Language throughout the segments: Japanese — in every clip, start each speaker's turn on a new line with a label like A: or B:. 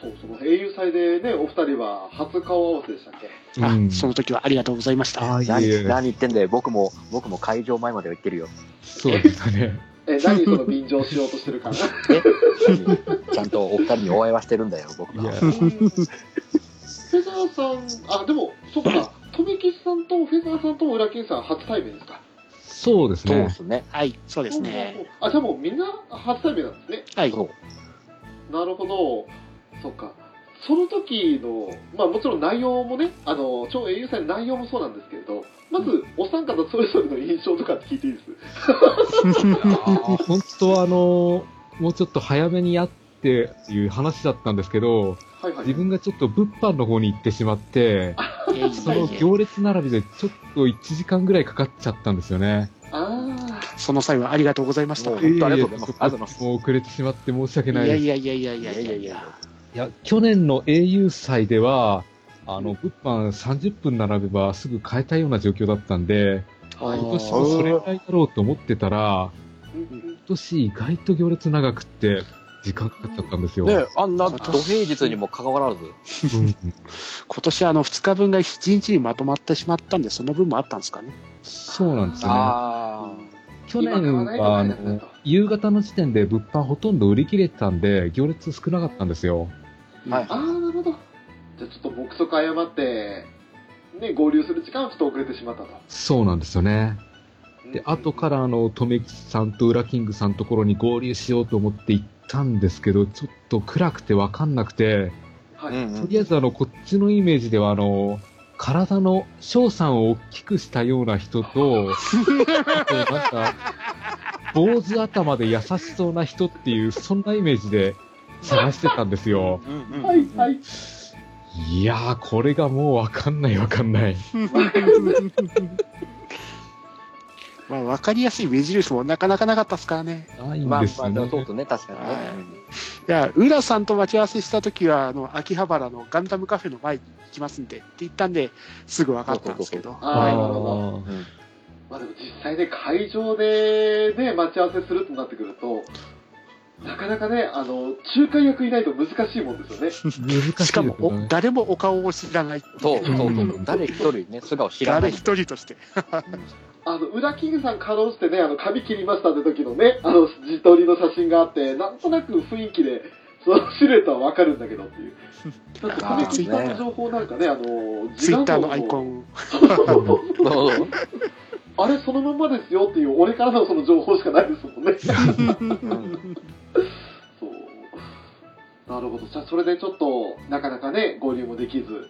A: そうその英雄祭でね、お二人は初顔合わせでしたっけ
B: あ
C: うん
B: その時はありがとうございました。
C: あいえい
D: 何
C: え
D: 何言ってんだよ僕も僕も会場前までは行ってるよ
C: そうでした ね。
A: え、何その便乗しようとしてる 感じ
D: え ちゃんとお二人にお会いはしてるんだよ僕
C: いや
D: が
A: うんフェザーさん、あ、でも、そっか、富吉さんとフェザーさんと裏金さん初対面ですか。
C: そうです
D: そうで
C: ね。
D: すね
B: はい、そうですね。
A: あ、じゃあもうみんな初対面なんですね。
B: はい、
D: そう
A: なるほど。そっか。その時の、まあもちろん内容もね、あの、超英雄祭の内容もそうなんですけれど、まず、お三方それぞれの印象とかって聞いていいです
C: 本当はあのもうちょっと早めにやってっていう話だったんですけど、
A: はいはい。
C: 自分がちょっと物販の方に行ってしまって、
B: いえいえいえ
C: その行列並びでちょっと1時間ぐらいかかっちゃったんですよね。
A: あ
B: その際はありがとうございました。
D: もう
B: い
D: 本当ありがとうございますありがとうございます
C: もう遅れてしまって申し訳な
B: や
C: いです。
B: いやいやいやい
D: い
B: や
D: や
B: い
D: い
B: や
D: や
B: い
D: い
B: や
D: や。
C: いや、去年の au 祭では、あの、物販30分並べばすぐ買えたような状況だったんで、
A: あ。はい。
B: あー
C: 今年もそれぐらいだろうと思ってたら、
A: うん
C: 今年意外と行列長くって、時間かかっちゃったんですよ。
D: ねあんな土平日にもかかわらず
C: うん
B: 今年あの2日分が1日にまとまってしまったんで、その分もあったんで すかね。
C: そうなんですよね。
D: あ
C: 去
A: 今買わ
C: 年
A: ないと
C: は、あ
A: 買えなくなる
C: の
A: と、
C: 夕方の時点で物販ほとんど売り切れてたんで、行列少なかったんですよ。
D: あはい
A: あー、なるほど。じゃあちょっと目測誤って、ね、合流する時間はちょっと遅れてしまったと。。
C: そうなんですよね。で、後からら、あの、とめきさんとウラキングさんのところに合流しようと思って行ったんですけど、ちょっと暗くてわかんなくて、
D: あ
A: はい。
D: うんう
C: と
D: ん
C: りあえずあの、こっちのイメージでは、あの、体の翔さんを大きくしたような人と、あとなんか、坊主頭で優しそうな人っていう、そんなイメージで探してたんですよ。
D: うんうん
A: はい、はい。
C: いやー、これがもうわかんないわかんない。
B: まあ、分かりやすい目印もなかなかなかったですからね。
C: ないん
D: まあ
C: です
D: まあ
C: よ
D: でも
C: ね。
D: そうとね確かにね
B: はいいや、浦さんと待ち合わせした時は、あの、秋葉原のガンダムカフェの前に行きますんでって言ったんで、すぐ分かったんですけど。
A: ああ、なるほど。
C: あ
D: うん
A: まあでも実際ね、会場でね、待ち合わせするとなってくると、なかなかね、あの、仲介役いないと難しいもんですよ ね。
C: ー難しいですね。
B: しかも、お誰もお顔を知らない。
D: そうそうそう
C: うん
D: 誰一人ね素顔知らな
B: 誰
D: い
B: 一人として。
A: あの、裏キングさんかろうじてね、あの、髪切りましたって時のね、あの、自撮りの写真があって、なんとなく雰囲気で、そのシルエットはわかるんだけどって いう。だって、
D: あー
A: 亀木さんの情報なんかね、あの、
B: ツイッターのアイコ
A: ン。
B: ン。
D: そうそう
A: あれ、そのまんまですよっていう、俺からのその情報しかないですも んね。
D: うん
A: そう。なるほど。じゃあ、それでちょっと、なかなかね、合流もできず。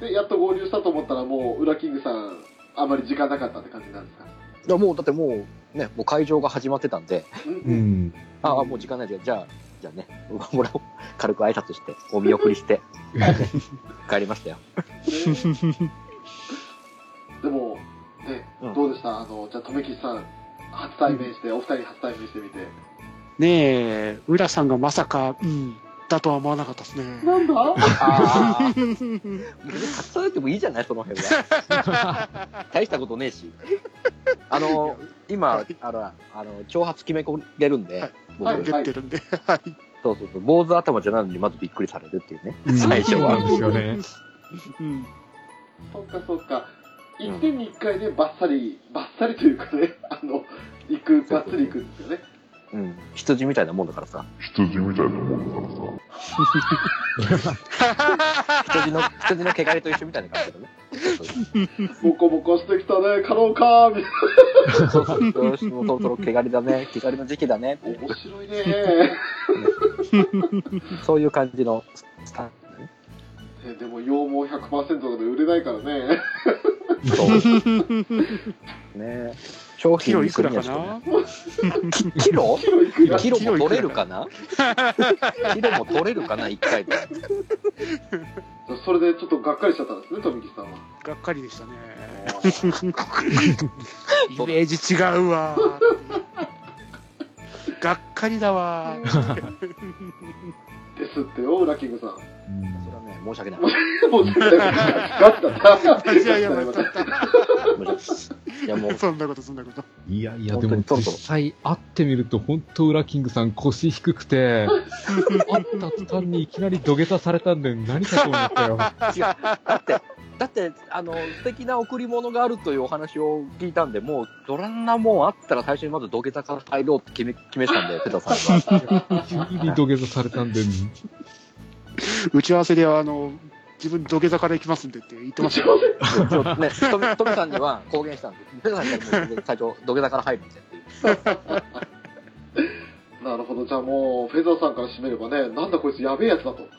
A: で、やっと合流したと思ったら、もう、裏キングさん、あまり時間なかったって感じなんですか。
D: いやもうだってもうねもう会場が始まってたんで
A: うん
C: う。ん。
D: ああもう時間ないじゃんじゃあじゃあね俺も軽く挨拶してお見送りして帰りましたよ
A: ねでも、ね、
D: うん
A: どうでしたあの、じゃあ、とめきさん、初対面して、お二人初対面してみて。
B: ねえ、浦さんがまさか、うん、だとは思わなかったですね。
A: なんだ
D: ああ。別に隠されてもいいじゃないその辺は。 大したことねえし。あの、今、あの、あの、挑発決め込んでるんで、
B: はい
D: 僕
B: はい、出てるんで。はい。
D: そうそうそう、坊主頭じゃないのにまずびっくりされるっていうね。
C: うん
D: 最初は
C: そうなんですよね。
B: うん。
A: そっかそっか。一点に一回ね、ばっさり、ばっさりというかね、あの、行く、がっつり行くんですよね。
D: うん。羊みたいなもんだからさ。
E: 羊みたいなもんだからさ。
D: 羊の、羊の毛刈りと一緒みたいな感じだね。
A: ボコボコしてきたね、かろうか、みたいな。
D: そうそうそうよし、もうそろそろ毛刈りだね、毛刈りの時期だねっていう、
A: 面白いね。
D: そういう感じのスタン
A: えでも羊毛100%とかで売れないからね。
D: ス。そう。ね商
B: キ
D: 品
B: ロ
D: に
B: いく
D: する
B: ら
D: に
B: か
D: はちょっとね
B: な
D: キロ
A: キロいくら
D: キロも取れるかな キロも取れるかな一回で。
A: それでちょっとがっかりしちゃったんですね、富木さんは。
B: がっかりで したね。
A: あ
B: イメージ違うわーっていう。がっかりだ わー。
A: ーですってよ、裏キングさん。
D: それはね、申し訳ない。
A: もう絶対ガチだった。
B: 立ち上げましちゃった。
D: 申し訳いやも
B: 、
D: う
B: そんなこと、そんなこと。
C: いやいや、
D: 本
C: で
D: 当
C: も
D: に
C: 実際会ってみると、本当、裏キングさん腰低くて、会った途端にいきなり土下座されたんで、何かと思ったよ。
D: 違うだって、だって、あの、素敵な贈り物があるというお話を聞いたんで、もう、どんなもんあったら最初にまず土下座から入ろうって決め、決めてたんで、ペタさんが。
C: 急に土下座されたんで、
B: 打ち合わせで、あの、自分土下座から行きますんでって言ってましたよ。
D: ちょっとね、トミトミさんには公言したんで、ペタさんにはもう最初、土下座から入るんでっていう。
A: なるほど、じゃあもう、フェザーさんから締めればね、なんだこいつやべえやつだと。ね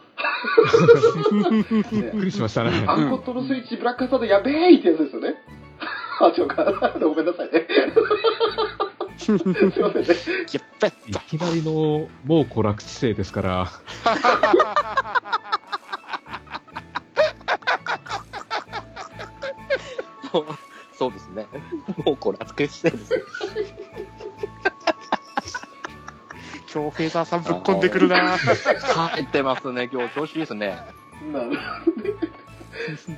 C: びっくりしましたね。
A: アンコットのスイッチ、ブラックハザードやべえってやつですよね。あ、違うか。 ごめんなさいね。すいませんね。
B: やっべっ
C: いきなりの、もう娯楽地性ですから、
D: そうそうですね。もうこれ、扱いしてるんですよ。
B: 今日フェーザーさんぶっ込んでくるな
D: 入ってますね、今日、調子いいですね。
A: なるほどね。 そ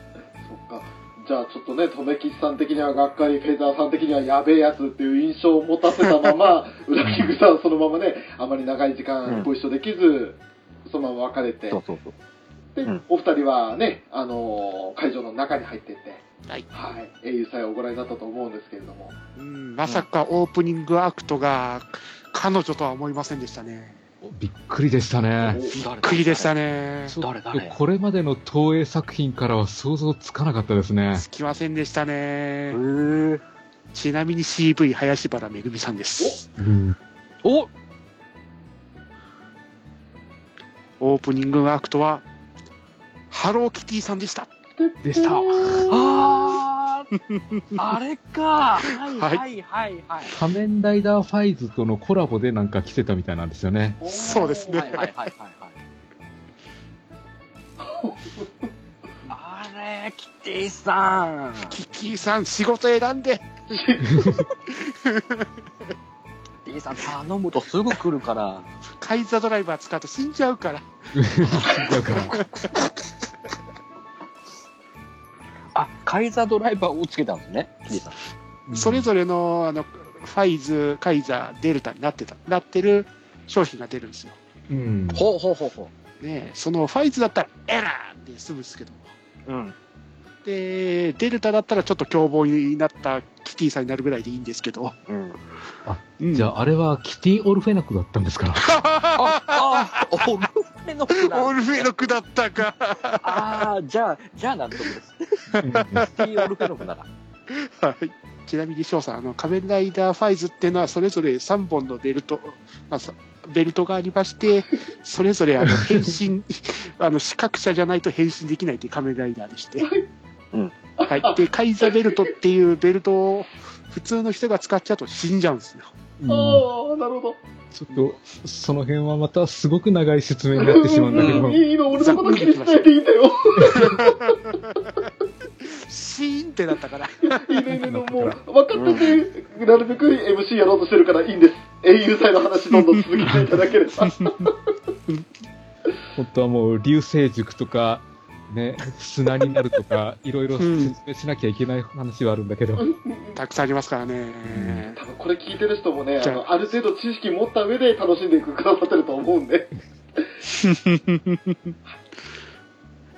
A: っか。じゃあちょっとね、とめきちさん的にはがっかり、フェザーさん的にはやべえやつっていう印象を持たせたま ま、裏キングさんはそのままね、あまり長い時間ご一緒できず、そのまま別れて、
D: そうそうそう。
A: で、
D: うん
A: お二人はね、あのー会場の中に入っていって、
B: はい
A: 英雄祭をご覧になったと思うんですけれども、
B: うんまさかオープニングアクトが彼女とは思いませんでしたね。
C: びっくりでしたね。
A: お
B: びっくりでしたね。
C: ちょっと
D: 誰誰
C: これまでの東映作品からは想像つかなかったですね。
B: つきませんでした
D: へ
B: ね。
D: ー
B: ちなみに CV 林原めぐみさんです。
C: うん
D: お
B: オープニングアクトはハローキティさんでした。
C: でした。
D: あー、あれか。は い
B: はい
D: はいはいはい。
C: 仮面ライダーファイズとのコラボでなんか着てたみたいなんですよね。
B: そうですね
D: はいはいはいはいはい。 あれ、キティさん。キ
B: キティさん仕事選んで。
D: ティさん頼むとすぐ来るから。
B: カイザードライバー使うと死んじゃうから。
C: だから、
D: あ、カイザードライバーをつけたんですね。キティさん。
B: それぞれのあのファイズ、カイザー、デルタになってた、なってる商品が出るんですよ。
C: れ、うん、
D: ほうほうほうほ
B: ねえそのファイズだったらエラーって済むんですけど。
D: う。うん。
B: で、デルタだったらちょっと凶暴になったキティさんになるぐらいでいいんですけど。
D: うん。
B: うん
C: じゃあ、あれはキティ・オルフェナクだったんですから。
D: あ、あ、オルフェの 子だ
B: オルフェノクだったか。
D: ああ、じゃあ、じゃあ納得です。キティオルフェの子なら。
B: はい。ちなみに翔さん、あの、仮面ライダーファイズっていうのは、それぞれ3本のベルト、まあ、そベルトがありま して、それぞれあの変身、あの、視覚者じゃないと変身できないという仮面ライダーでして。
D: うん
B: はい。で、カイザベルトっていうベルトを、普通の人が使っちゃうと死んじゃうんですよ。
C: うん
A: ああ、なるほど。
C: ちょっと、その辺はまたすごく長い説明になってしまうんだけど
B: う
C: も、
A: いい今俺のこと気にしないでいいんだよ。
B: シーンってなったから。
A: いいねいい ね、もう、分かってて、なるべく MC やろうとしてるからいいんです。英雄祭の話どんどん続けていただければ。
C: 本当はもう、流星塾とか、ね、砂になると か、いろいろ説明しなきゃいけない話はあるんだけど、
B: たくさんありますからね。
A: 多分これ聞いてる人もね、あ
B: じゃあ
A: のある程度知識持った上で楽しんでくださってると思うんで。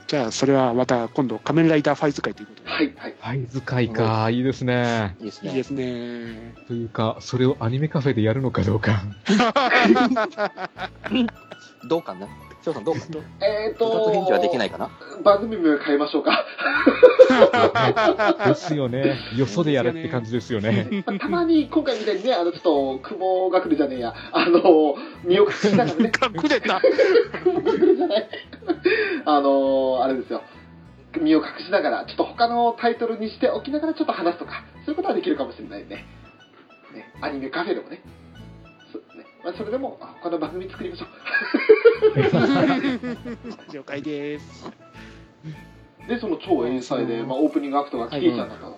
B: じゃあ、それはまた今度、仮面ライダーファイズ会ということで。
A: はい、はい。
C: ファイズ会か、いいですね。
D: いいです
B: いい
D: ね
B: で。すね。
C: というか、それをアニメカフェでやるのかどう か。
D: どうかな翔さんどうかな
A: えっ、ー、
D: 二
A: と
D: つ返事はできないかな
A: 番組名変えましょう か。
C: ですよね。よそでやれって感じですよね。
A: まあたまに今回みたいにね、あの、ちょっと、久保学るじゃねえや、あの、見送りしながらね、
B: 隠れ た。
A: 久保学るじゃない。あの、あれですよ。身を隠しながら、ちょっと他のタイトルにしておきながらちょっと話すとか、そういうことはできるかもしれないね。ね、アニメカフェでもね。そうねまあ、それでも、あ他の番組作りましょう。
B: 了解です。
A: で、その超遠彩で、まあ、オープニングアクトがキティちゃんだったの。
B: は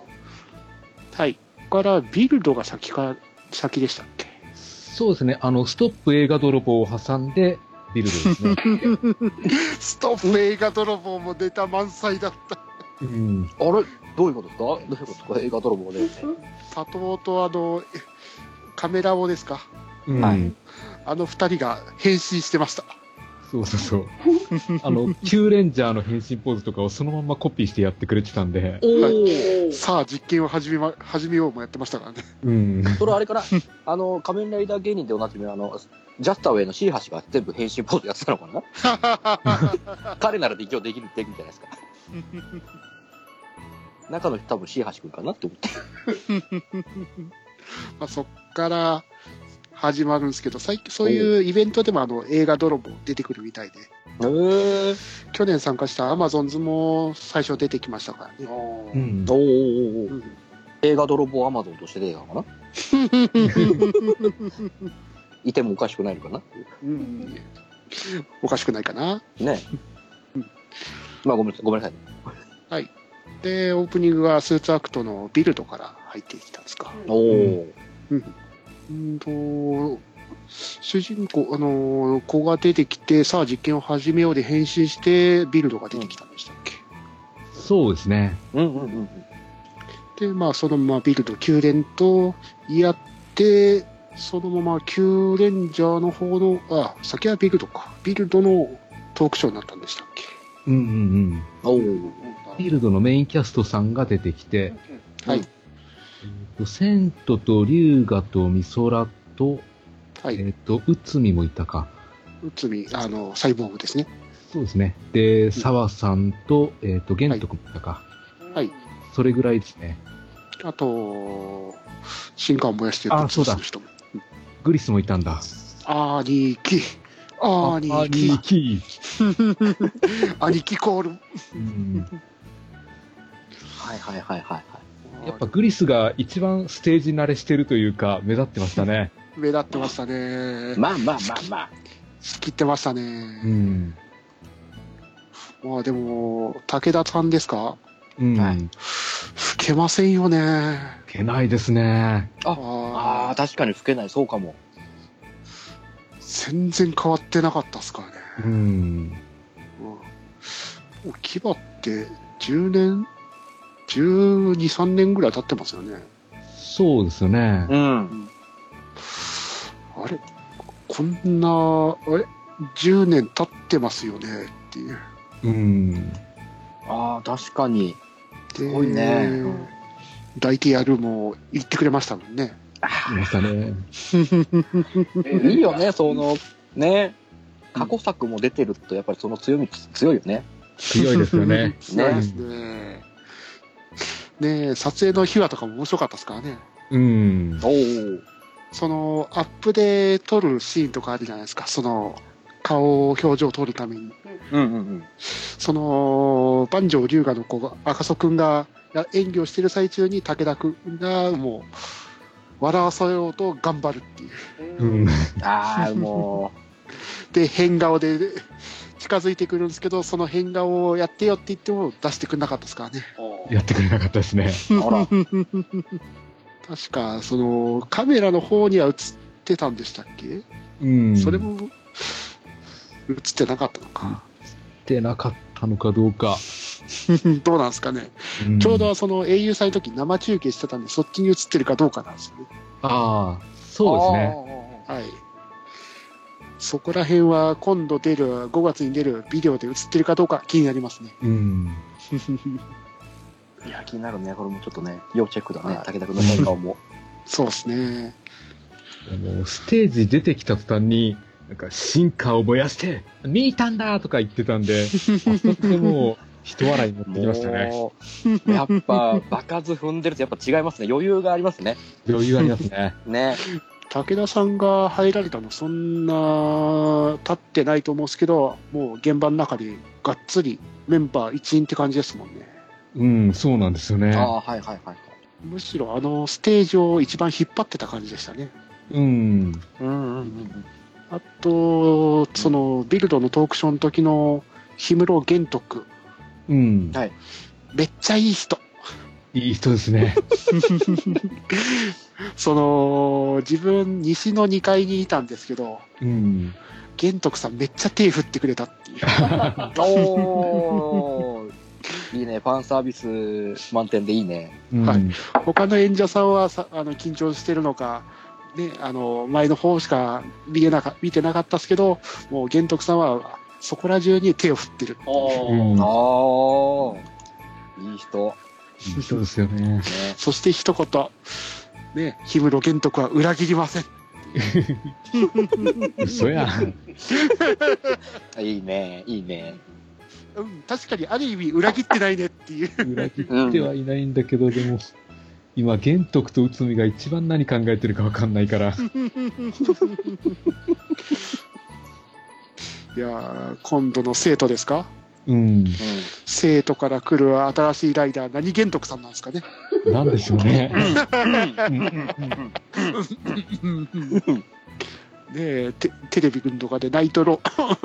B: い。ここからビルドが先か、先でしたっけ
C: そうですね。あの、ストップ映画泥棒を挟んで、ビルドですね。
B: ストップ映画泥棒もネタ満載だった。
C: うん。
D: あれどういうことですかどういうことですか映画泥棒ね。
B: 佐藤とあの、えカメラをですか
C: うん
D: はい
B: あの二人が変身してました。
C: そうそうそう。あの、キューレンジャーの変身ポーズとかをそのままコピーしてやってくれてたんで、
D: おー
B: さあ、実験を始めま、始めようもやってまし たからね。
C: うん。
D: それあれ から、あの、仮面ライダー芸人でおなじみの、あの、ジャスターウェイのシーハシが全部変身ポーズやってたのかな 彼なら一応できる、できるんじゃないですか。中の人多分シーハシ君かなって思って。
B: まあ、そっから始まるんですけど、最近そういうイベントでもあの映画泥棒出てくるみたいで、
D: へ
B: 去年参加したアマゾンズも最初出てきましたから
A: ー
C: う
B: ね。
C: ん
D: おーおーおーおー
B: うん
D: 映画泥棒アマゾンとして出てたのかな いてもおかしくないのかな
B: うんおかしくないかな。
D: ねまあごめんなさい、ごめんなさい。
B: で、オープニングがスーツアクトのビルドから入ってきたんですか。
D: おお、
B: うんと、主人公、あのー子が出てきて、さあ実験を始めようで変身して、ビルドが出てきたんでしたっけ。
C: そうですね。
D: うんうんうん。
B: で、まあ、そのままビルド9連とやって、そのまま9レンジャーの方の、あ、先はビルドか。ビルドのトークショーになったんでしたっけ
C: うんうんうん。
D: おお。
C: フィールドのメインキャストさんが出てきて、
B: はい。
C: セントと龍河と美空と、
B: は
C: えっ、
B: い。
C: と、内海もいたか。
B: 内海、あの、サイボーグですね。
C: そうですね。で、沢さんと、えっ、と、玄徳もいたか。
B: はい
C: それぐらいですね。
B: あと、進化を燃やしてる
C: あそうだ
B: ブツブツの人も。
C: グリスもいたんだ。
B: 兄貴、兄貴
C: 兄、貴。
B: 兄貴コール。
C: うん
D: はいはいはいはい。
C: やっぱグリスが一番ステージ慣れしてるというか、目立ってましたね。
B: 目立ってましたね。
D: まあまあまあまあ。
B: 仕切ってましたね。
C: うん。
B: まあでも、武田さんですか
C: うん。、
D: はい
B: 吹けませんよね。
C: けないですね。
D: ああ、
B: ああ、
D: 確かに老けない、そうかも。
B: 全然変わってなかったっすからね。
C: うん。
B: うん、もう牙って10年、12、3年ぐらい経ってますよね。
C: そうですよね。
D: うん。
B: あれこんな、あれ ?10 年経ってますよねっていう。
C: うん。
D: ああ、確かに。
B: す
D: ごいねうん
B: 抱いてやるも言ってくれましたもんね。
C: いましたね。
A: うん
D: いいよね、その、ね。過去作も出てると、やっぱりその強み、強いよね。
C: 強いですよ ね。
B: そうですね。ねえ、撮影の秘話とかも面白かったですからね。
C: うん。
D: おお。
B: その、アップで撮るシーンとかあるじゃないですか。その、顔、表情を撮るために。
D: うんうん
B: その、万丈龍河の子が、赤楚くんがや演技をしてる最中に武田くんがもう、笑わせようと頑張るっていう。
C: うん。
D: うん。ああ、 も
B: で、変顔で近づいてくるんですけど、その変顔をやってよって言っても出してくれなかったですからね。
C: やってくれなかったですね。
D: う、ほ ら。
B: 確か、その、カメラの方には映ってたんでしたっけ、
C: うん。
B: それも、映ってなかったのか。
C: ってなかったのかどうか。
B: どうなんですかね。
C: ん
B: ちょうどその英雄祭の時生中継してたんで、そっちに映ってるかどうかなんですよね。
C: ああ、そうですね。
D: ね。
B: はい。そこら辺は今度出る、5月に出るビデオで映ってるかどうか気になりますね。
C: うん。
D: いや、気になるね。これもちょっとね、要チェックだね
B: は。い
D: 武田君の変 顔も。
B: そうですね。
C: もうステージ出てきた途端に、なんか、進化を燃やして、見たんだとか言ってたんで、あそこで もう、人笑いになってきましたね。
D: もう、やっぱ、 場数踏んでると、やっぱ違いますね。余裕がありますね。
C: 余裕ありますね。
D: ね。
B: 武田さんが入られたのそんな経ってないと思うんですけどもう現場の中でがっつりメンバー一員って感じですもんね
C: うん、そうなんですよね
D: あ。あ、はいはいはい。
B: むしろあのステージを一番引っ張ってた感じでしたね
C: うん。
D: うんうんうん。
B: あとそのビルドのトークショーの時の氷室玄徳
C: うん。
B: めっちゃいい人
C: いい人ですね。
B: その自分西の2階にいたんですけど
C: うん。
B: 玄徳さんめっちゃ手振ってくれたっていう
D: おーいいね、ファンサービス満点でいいね。
C: うん
B: はい他の演者さんはさあの緊張してるのか、ね、あの前の方しか見てなか見てなかったですけど、もう玄徳さんはそこら中に手を振ってる。
A: あー
C: うん
D: ああ、いい人。
C: そうですよね。
D: ね、
B: そして一言、ね、氷室玄徳は裏切りま せん。
C: 嘘やん。
D: いいね、いいね。
B: うん、確かにある意味裏切ってないねっていう。
C: 裏切ってはいないんだけど、でも、今、玄徳と内海が一番何考えてるかわかんないから。
B: いやー今度の生徒ですか
C: うん。
B: 生徒から来る新しいライダー、何玄徳さんなんですかね。
C: なんでしょうね。
B: ねえテテレビ軍とかでナイトロ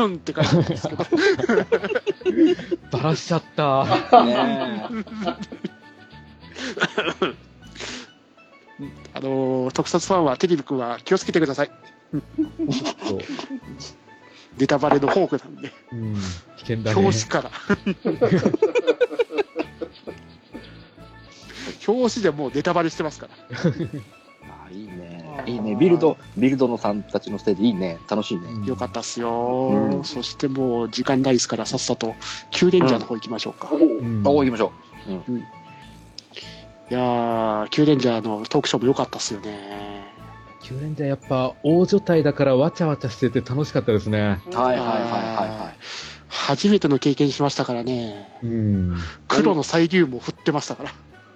B: って書いてあるんですけど
C: バラしちゃった。
D: うん。ね
B: あのー特撮ファンはテレビくんは気をつけてください。
C: そう
B: ネタバレの宝庫なんで、
C: うん。危険だね
B: 表紙。から。表紙でもうネタバレしてますから。
D: あいいね、いいね。ビルド、ビルドのさんたちのステージいいね。楽しいね。
B: よかったっすよ、
D: うん
B: そしてもう時間ないですから、さっさと、キューレンジャーの方行きましょうか。
A: お
B: い
A: ー
C: うん
D: あお行きましょ
B: やー、キューレンジャーのトークショーも良かったっすよね。
C: 九連じゃやっぱ大所帯だからわちゃわちゃしてて楽しかったですね。
D: う。はいはいはいはいはい。
B: 初めての経験しましたからね、
C: うん。
B: 黒の細粒も振ってましたから。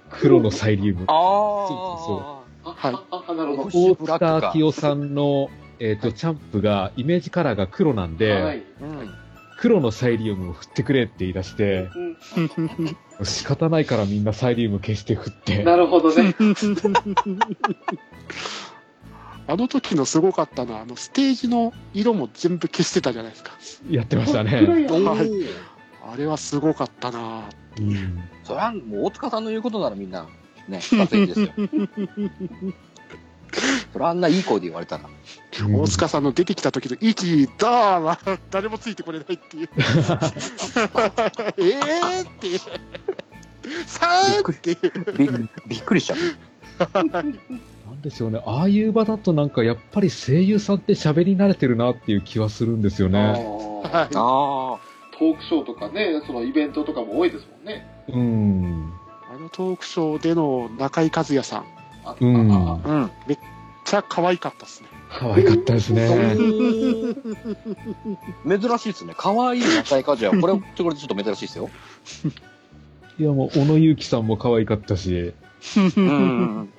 C: 黒のサイリウム。
D: あ
C: そ
D: あ。
A: あ
B: はい
A: ああなるほど
C: 大
D: ブラックか
C: 塚明夫さんの、えっ、と、チャンプが、イメージカラーが黒なんで、
A: はい
D: うん。
C: 黒のサイリウムを振ってくれって言い出して、
A: うん
C: 仕方ないからみんなサイリウム消して振って。
A: なるほどね
B: あの時のすごかったのは、あのステージの色も全部消してたじゃないですか。
C: やってました
A: 暗
C: ね。
A: い
D: お
B: はい
D: ー
B: あれはすごかったなぁ
C: うん
D: そりゃもう大塚さんの言うことならみんなねバツイチ ですよそりゃあんないい声で言われたら
B: 大塚さんの出てきた時の「イキダー」は 誰もついてこれないっていう ええっていうさあっていう
D: びびっくりしちゃう
C: なんでしょうね。ああいう場だとなんかやっぱり声優さんって喋り慣れてるなっていう気はするんですよ
A: あ
C: ね。
A: ー
B: はい
D: あ
A: トークショーとかねそのイベントとかも多いですもんね
C: うん。
B: あのトークショーでの中井和也さんめっ
A: あ
C: うん
A: ああ
D: あうん
B: ちゃ可愛かったっすね
C: 可愛かったですね。
D: 珍しいですね可愛い野菜かじゃこれこれちょっと珍しいですよ
C: いやもう、小野ゆうきさんも可愛かったし。
D: うん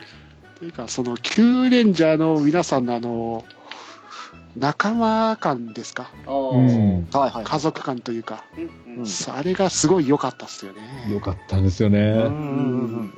B: というかそのキューレンジャーの皆さんのあの仲間感ですか
A: あー
C: うん。
D: はいはい
B: 家族感というか、
A: うんうん
B: あれがすごい良かったっすよ
C: よ
B: ね
C: かったんですよね。
D: うんうん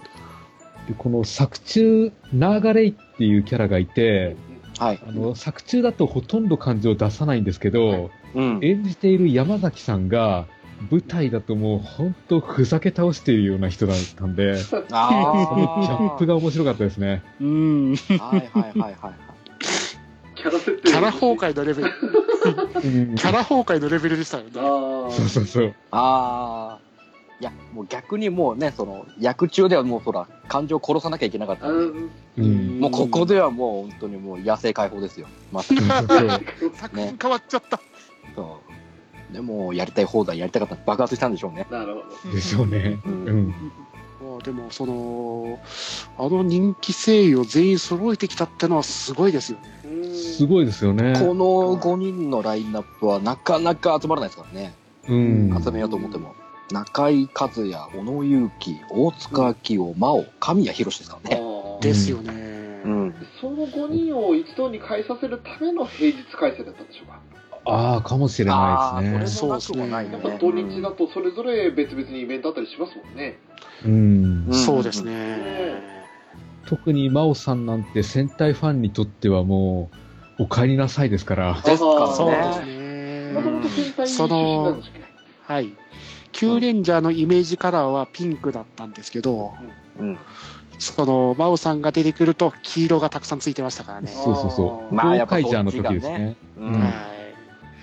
C: でこの作中、ナーガレイっていうキャラがいて、
D: はい
C: あの、作中だとほとんど感情を出さないんですけど、
D: うん
C: 演じている山崎さんが、舞台だともう本当ふざけ倒しているような人だったんで、そのギャッ
D: あ
C: プが面白かったですね。
B: うんキ
D: ーはいはいはいはい
A: キャラ設定
B: ャラ崩壊のレベル
C: うん
B: キャラ崩壊のレベルでしたよね
A: あ
C: そうそうそう。
D: ああいやもう逆にもうねその役中ではもうほら感情を殺さなきゃいけなかった
A: あ
D: ん
A: う
D: で
A: ん
C: うん。
D: もうここではもう本当にもう野生解放ですよ。まさに
C: そうそうそう
B: 作品変わっちゃった、
D: そうでもやりたい放題やりたかったら爆発したんでしょうね。
A: なるほ
C: でしょうね。
D: う。
C: うんん。
B: まあでもそのあの人気声優を全員揃えてきたってのはすごいですよね
A: どうん
C: すごいですよね。
D: この5人のラインナップはなかなか集まらないですからね。
C: うん。
D: 集めようと思っても。中井和也、小野勇気、大塚明夫、真央、神谷博ですからね。
A: あー
C: で
B: ですよね、
D: うん。
A: その5人を一堂に会させるための平日開催だったんでしょうか
C: ああ、かもしれないです
B: あ
C: ね
B: ー。
D: それもなくはな
A: や
D: いよ
A: っ
D: ね
A: ぱ。土日だとそれぞれ別々にイベントあったりしますもんね。
C: うん
D: ん
B: そうですね、
C: 特に真央さんなんて戦隊ファンにとってはもう、お帰りなさいですから。
D: ですからね
A: あ
B: そうで
A: ー
B: すね、
A: もともと戦隊出身なんですけど。
B: はいキューレンジャーのイメージカラーはピンクだったんですけど、
D: うん。
B: その、真央さんが出てくると黄色がたくさんついてましたからね。
C: そうそうそう。
D: まあや
C: ゴ
D: っ
C: ー
D: ぱ
C: カイ
D: そっ
C: ジ
D: ち
C: ャ
D: が
C: ーの時で
D: ね
C: すね。
D: う
C: うん
D: ん。
B: はい。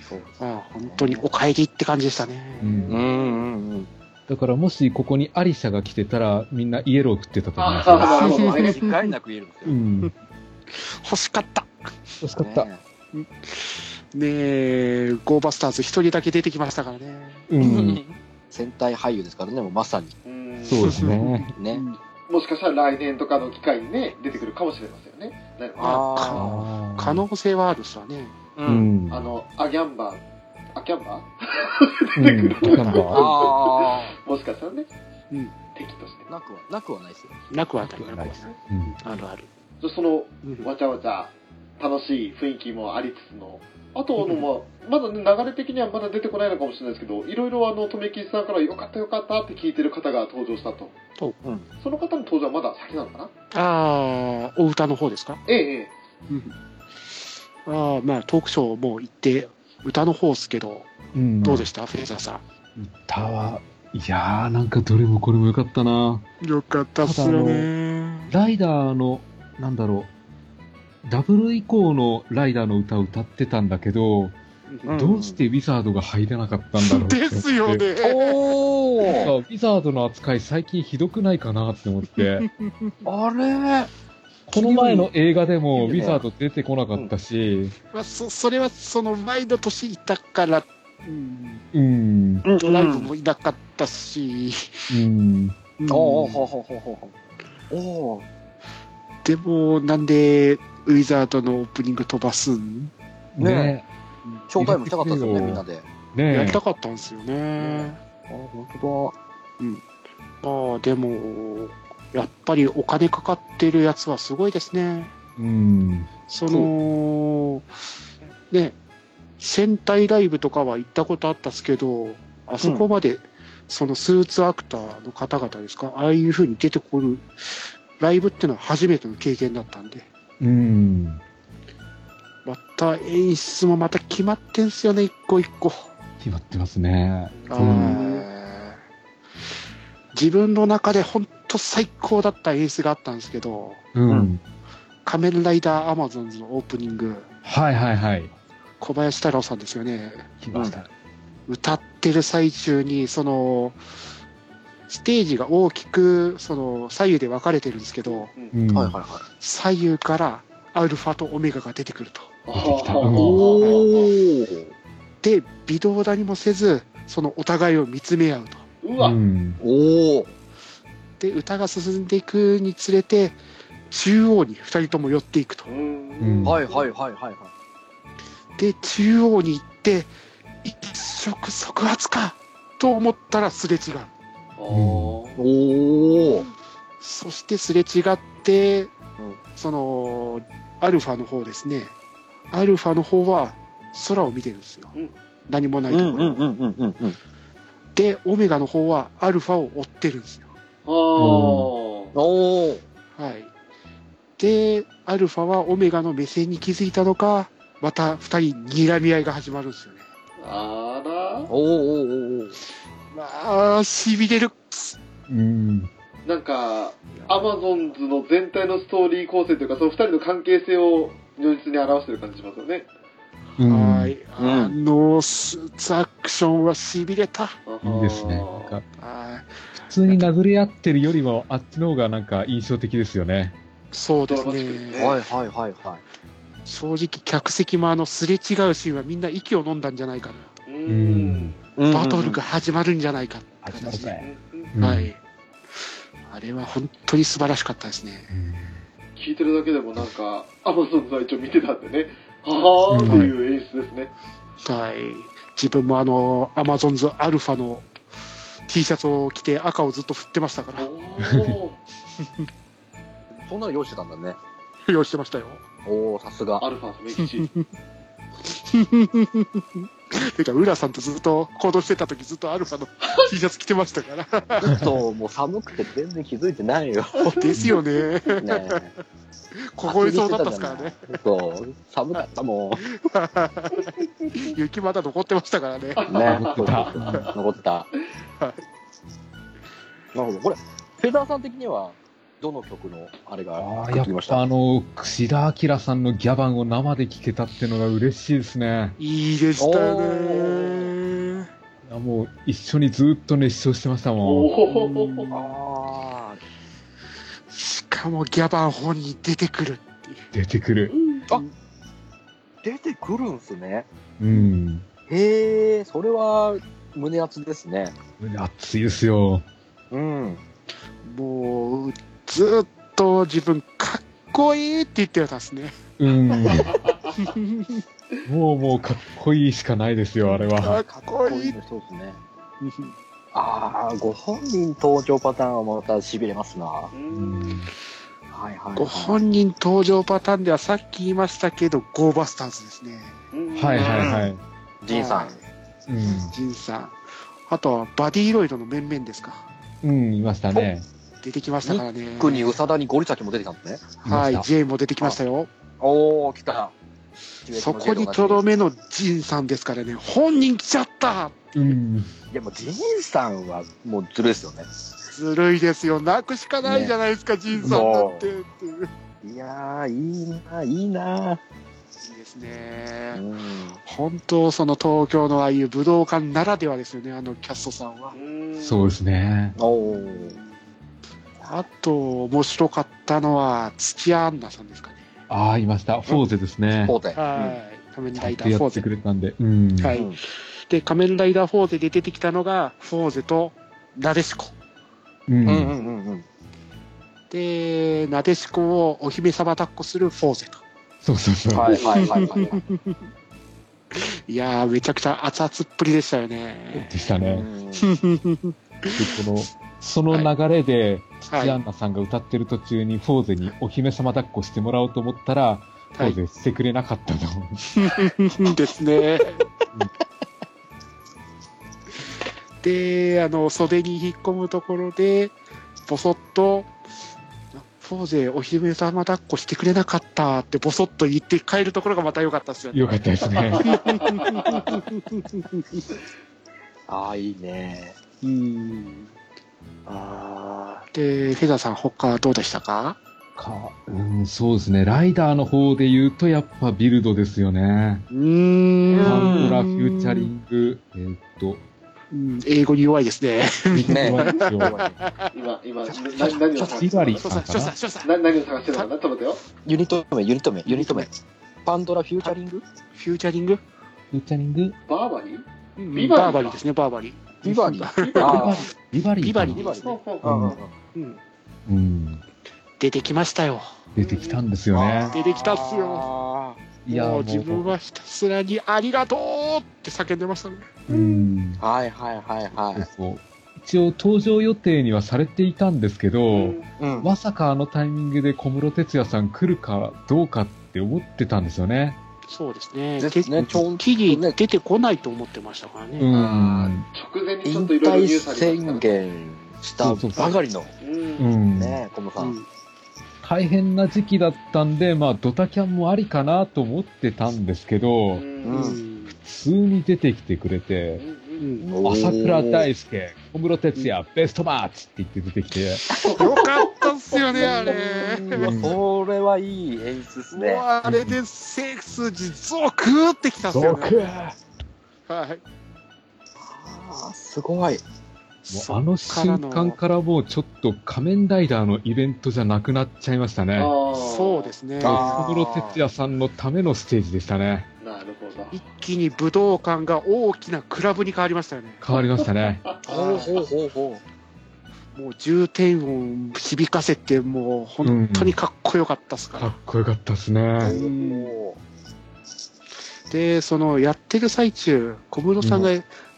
D: そう
B: まあ、本当にお帰りって感じでしたね。
C: うん
D: うんうんうん。
C: だだからもしここにアリサが来てたら、みんなイエロー食ってたと思いますよ。
A: ああ、なるほど
D: あれが
A: ね。
D: しっかりなく言えるんです
C: う
D: よ。
C: ん。
B: 欲しかった。
C: 惜しかった。
D: ね
B: ねえ、ゴーバスターズ一人だけ出てきましたからね。
C: うん。
D: 戦隊俳優ですからね、もうまさに。
A: うん
C: そうですね。
D: ね。
A: もしかしたら来年とかの機会にね、出てくるかもしれませんよね。ね
B: あ
C: あー
B: 可能性はあるっすわね。
D: う
C: う。ん。
A: あの、アギャンバー、アキャンバー
C: うん、ナンバー
D: あ
A: もしかしたらね、
B: うん
A: 敵として
D: あ。。なくは、なくはないですよ。
B: なくは当たり前です。
C: うん
B: あるある。
A: じゃあその、
B: うん
A: わちゃわちゃ、楽しい雰囲気もありつつの、あとあの、まあ、まだね、流れ的にはまだ出てこないのかもしれないですけど、いろいろあの、留吉さんからよかったよかったって聞いてる方が登場したと。
B: と
D: うん
A: その方の登場はまだ先なのかな
B: ああ、お歌の方ですか
A: ええ、ええ。
B: ああ、まあトークショーも行って、歌の方っすけど、
C: うん。
B: どうで
C: し
B: した、フェザーさ
C: たいやー、なんかどれもこれもよかったな。
B: ん。よかった
C: っすよ
B: ね。
C: ライダーの、なんだろう、ダブル以降のライダーの歌を歌ってたんだけど、
B: うん
C: どうしてウィザードが入らなかったんだろうって思
B: で
C: って
B: す よ。ね。
C: なんか
D: お
C: ウィザードの扱い最近ひどくないかなって思って、
D: あれ
C: この前の映画でもウ
D: 気に
C: ィザ
D: なる
C: ード出てこなかったし、
B: まあ、そそれはその前の年いたから、うん、
C: うん、
D: うん
B: ドライブもいなかったし、
C: うん、
B: うん
D: おおほうほうほうほうおお
B: でもなんでウィザードのオープニング飛ばすん、
D: ね
C: ね
D: 紹介もしたかったですよ
C: 入れてくれ
D: ね、
C: よ
D: みんなで。
B: や
C: ね
B: りたかったんですよね。
D: あ本当
B: まあでも、やっぱりお金かかってるやつはすごいですね。
C: うん、
B: その、ね、戦隊ライブとかは行ったことあったっすけど、あそこまで、そのスーツアクターの方々ですか、ああいう風に出てくるライブっていうのは初めての経験だったんで、
C: うん、
B: また演出もまた決まってんすよね、一個一個。
C: 決まってますね。
B: あ
C: うん
B: ー自分の中で本当最高だった演出があったんですけど、
C: う、
D: うん
B: 仮面ライダーアマゾンズのオープニング、
C: はいはいはい。
B: 小林太郎さんですよね。
C: 来ました。
B: 歌ってる最中にそのステージが大きくその左右で分かれてるんですけど
C: うん、
D: はいはいは
B: 左右からアルファとオメガが出てくると
C: きた
A: あー
C: う
D: い。
C: ん
B: で微動だにもせずそのお互いを見つめ合うと
A: う
C: う
A: わ、
C: ん、
D: おお
B: で歌が進んでいくにつれて中央に2人とも寄っていくと
A: うん
D: はいはいはいはいはい。
B: で中央に行って一触即発かと思ったらすれ違う
A: あー
D: おお
B: そしてすれ違って、
D: ん
B: そのアルファの方ですねアルファの方は空を見てるんですよ、
A: うん
B: 何もな
D: う
B: い
D: ん
B: と
D: う
B: ころ、
D: んうんうんうんうん。
B: でオメガの方はアルファを追ってるんですよ
A: あー
D: おお
B: はいでアルファはオメガの目線に気づいたのかまた2人睨み合いが始まるんですよね
A: あら
D: おおおお
B: まあしびれる
C: うん、
A: なんか、アマゾンズの全体のストーリー構成というか、その二人の関係性を如実に表してる感じしますよね。
C: うん
B: は。い、あのスーツアクションはしびれた
C: いいですね。なんか、
B: はい
C: 普通に殴り合ってるよりも、あっちの方がなんか印象的ですよね。
B: そうです
A: ドラマチックです
B: ね
A: ね
D: はいはいはいはい。
B: 正直客席もあのすれ違うシーンはみんな息を飲んだんじゃないかな、
A: う
C: うん
A: ん。
B: バトルが。始まるんじゃないかって
C: 始
B: 話
C: まるぜ
A: うん
C: うん
B: は。いあれは本当に素晴らしかったですね
C: うん
A: 聞いてるだけでもなんか、アマゾンズは一応見てたんでね、はーっていう演出ですね。
B: はい自分もあのアマゾンズアルファの T シャツを着て赤をずっと振ってましたから
A: おー
D: そんなの用意してたんだね。
B: 用意してましたよ
D: おおさすが。
A: アルファとメキシ。
B: てか浦さんとずっと行動してた時ずっとアルファの T シャツ着てました から
D: ちょっともう寒くて全然気づいてないよ。
B: ですよね
D: ねえ
B: 凍りそうだったですからね。
D: そう、寒かったもん。
B: 雪まだ残ってましたからね
D: ね
C: 残ってた
D: 残ってた。なるほど。これ、フェザーさん的には、どの曲のあれが
C: ああ、
D: や
C: や
D: っ
C: っ
D: きまし
C: ぱ
D: た
C: あの、櫛田明さんのギャバンを生で聴けたってのが嬉しいですね。
B: いいでした
D: お
B: ね
C: やもう一緒にずっと熱唱してました
A: お
C: もん。
A: お
D: あ
B: しかもギャバン本に出てくる。
C: 出てくる。
D: あ、出てくるんすね。
C: うん。
D: へえ、それは胸熱ですね。
C: 熱いですよ。
D: うん。
B: もう、ずーっと自分、かっこいいって言ってたんです ね。
C: うん。もうもうかっこいいしかないですよ、あれは。
B: かっこいい。
D: のそうですね。ああ、ご本人登場パターンはまた痺れますな。は
C: うん
D: いはい、はい。
B: ご本人登場パターンではさっき言いましたけど、ゴーバスターズですね。
C: はいはいはい。
D: ジンさん。
C: う
B: ジンさん。あとは、バディロイドの面々ですか。
C: ん。うん、いましたね。
B: 出てきましたからね。
D: くに、うさだにゴリサキも出てたんですね。
B: はいい
C: ま、し
B: J も出てきましたよ。
D: おー、来た。
B: そこにとどめのジンさんですからね、本人来ちゃった
C: うん。
D: いや、もうジンさんはもうずるいですよね。
B: ずるいですよ、泣くしかないじゃないですか、ジンさんだって。っていう
D: いやー、いいなー、いいなー。
B: いいです
D: う
B: ね。
D: ん。
B: 本当、その東京のああいう武道館ならではですよね、あのキャストさんは。
C: そう
A: う
C: ですね。
D: おー。
B: あと、面白かったのは、土屋アンナさんですかね。
C: ああ、いました。フォーゼですね。
D: ポーテ。
B: はい。仮面
C: ち
B: ラ
C: ゃ
B: イ
C: ん
B: ダ
C: と
B: ー
C: や
B: フォ
C: っ
B: ー
C: て
B: ゼ
C: く。れたんで。うん。
B: は
D: う
B: い
D: ん。
B: で、仮面ライダーフォーゼで出てきたのが、フォーゼと、なでしこ。
C: う。
D: うんうんんうんうん。
B: で、なでしこをお姫様抱っこするフォーゼと。
C: そうそうそう。
D: はいはいはいはい。
B: いやー、めちゃくちゃ熱々っぷりでしたよね。
C: でした
D: う
C: ね。
D: ん
C: でこの、その流れで、
B: はい
C: ジアンナさんが歌ってる途中にフォーゼにお姫様抱っこしてもらおうと思ったら、フ
B: は
C: ォ
B: い
C: ーゼしてくれなかったと。
B: ですね。で、あの、袖に引っ込むところで、ぼそっと、フォーゼお姫様抱っこしてくれなかったってぼそっと言って帰るところがまた良かったですよ ね。
C: よかったですね。
D: ああ、いいね。
B: うん
D: あ
B: で、フェザーさん、他はどうでしたか
C: か、うん、そうですね。ライダーの方で言うと、やっぱビルドですよね。
B: うーん
C: パンドラフューチャリング、えーっと、
B: うん英語に弱いですね。
C: ミッドワイフよ
D: あ。
A: 今今な何を探して
C: ビ
A: た
C: バリー
B: そ
C: さ
B: うさ
C: ん
B: ん、そうさ
C: か
B: ん、そうさん。
A: な何を探してたんだちょっと待ってよ
D: ユニット名、ユニット名、ユニット名。パンドラフューチャリング
B: フューチャリング
C: フューチャリング
A: バーバリー
B: ビ
A: ビバリーか
B: バーバリーですね、バーバリー。
D: ビバリー。
C: あ
D: あ
C: ビバリーかな。
B: ビ
D: バリー
A: う
D: あ。
A: ん
D: う
A: う
D: ん
A: ん
D: う
A: うんん
B: うん
C: うん。
B: 出てきましたよ。
C: 出てきたんですよね。
B: 出てきたっすよ
D: あ
C: いや、
B: も
C: も
B: う
C: う、
B: 自分はひたすらにありがとうって叫んでましたね。
C: うん。
D: ーはいはいはいは
C: そう
D: い。
C: そう。一応、登場予定にはされていたんですけど、
D: うん。
C: まさかあのタイミングで小室哲哉さん来るかどうかって思ってたんですよね。
B: そうですね。
D: ですね、ちょん
B: 木に出てこないと思ってましたからね。
C: う
A: あ
C: ん。
A: 直前にちょ
D: 引
A: っといろいろニュー
D: 退
A: スありま
D: 宣
A: したね
D: 言したばかりの、
A: うん
C: うん。
D: ね、小室さ。
B: うんん
C: 大変な時期だったんで、まあ、ドタキャンもありかなと思ってたんですけ
A: う
C: ど、
A: ん
D: うん
C: 普通に出てきてくれ
A: う
C: て、
B: うん
C: 朝倉大輔、小室哲哉、ベストマッチって言って出てきて、
B: よかったっすよね、あれ。
D: うんそれはいい演出です
B: もう
D: ね。
B: あれでセクスジゾクーってきたっす
C: ド
B: よ
C: ク
B: ね。
C: ー
B: はい。
D: あーすごい。
C: もうあの瞬間からもうちょっと仮面ライダーのイベントじゃなくなっちゃいましたね。
A: あ
C: もう
A: ー
B: そうですね。
D: あ
C: 小室哲哉さんのためのステージでしたね。
A: なるほど
B: 一気に武道館が大きなクラブに変わりましたよね。
C: 変わりましたね。
D: ほうほうほうほ
B: もう重点音響かせて、もう本当にかっこよかったっすから。
C: かっこよかったです
D: う。
C: ね。
D: おー
B: でそのやってる最中小室さんが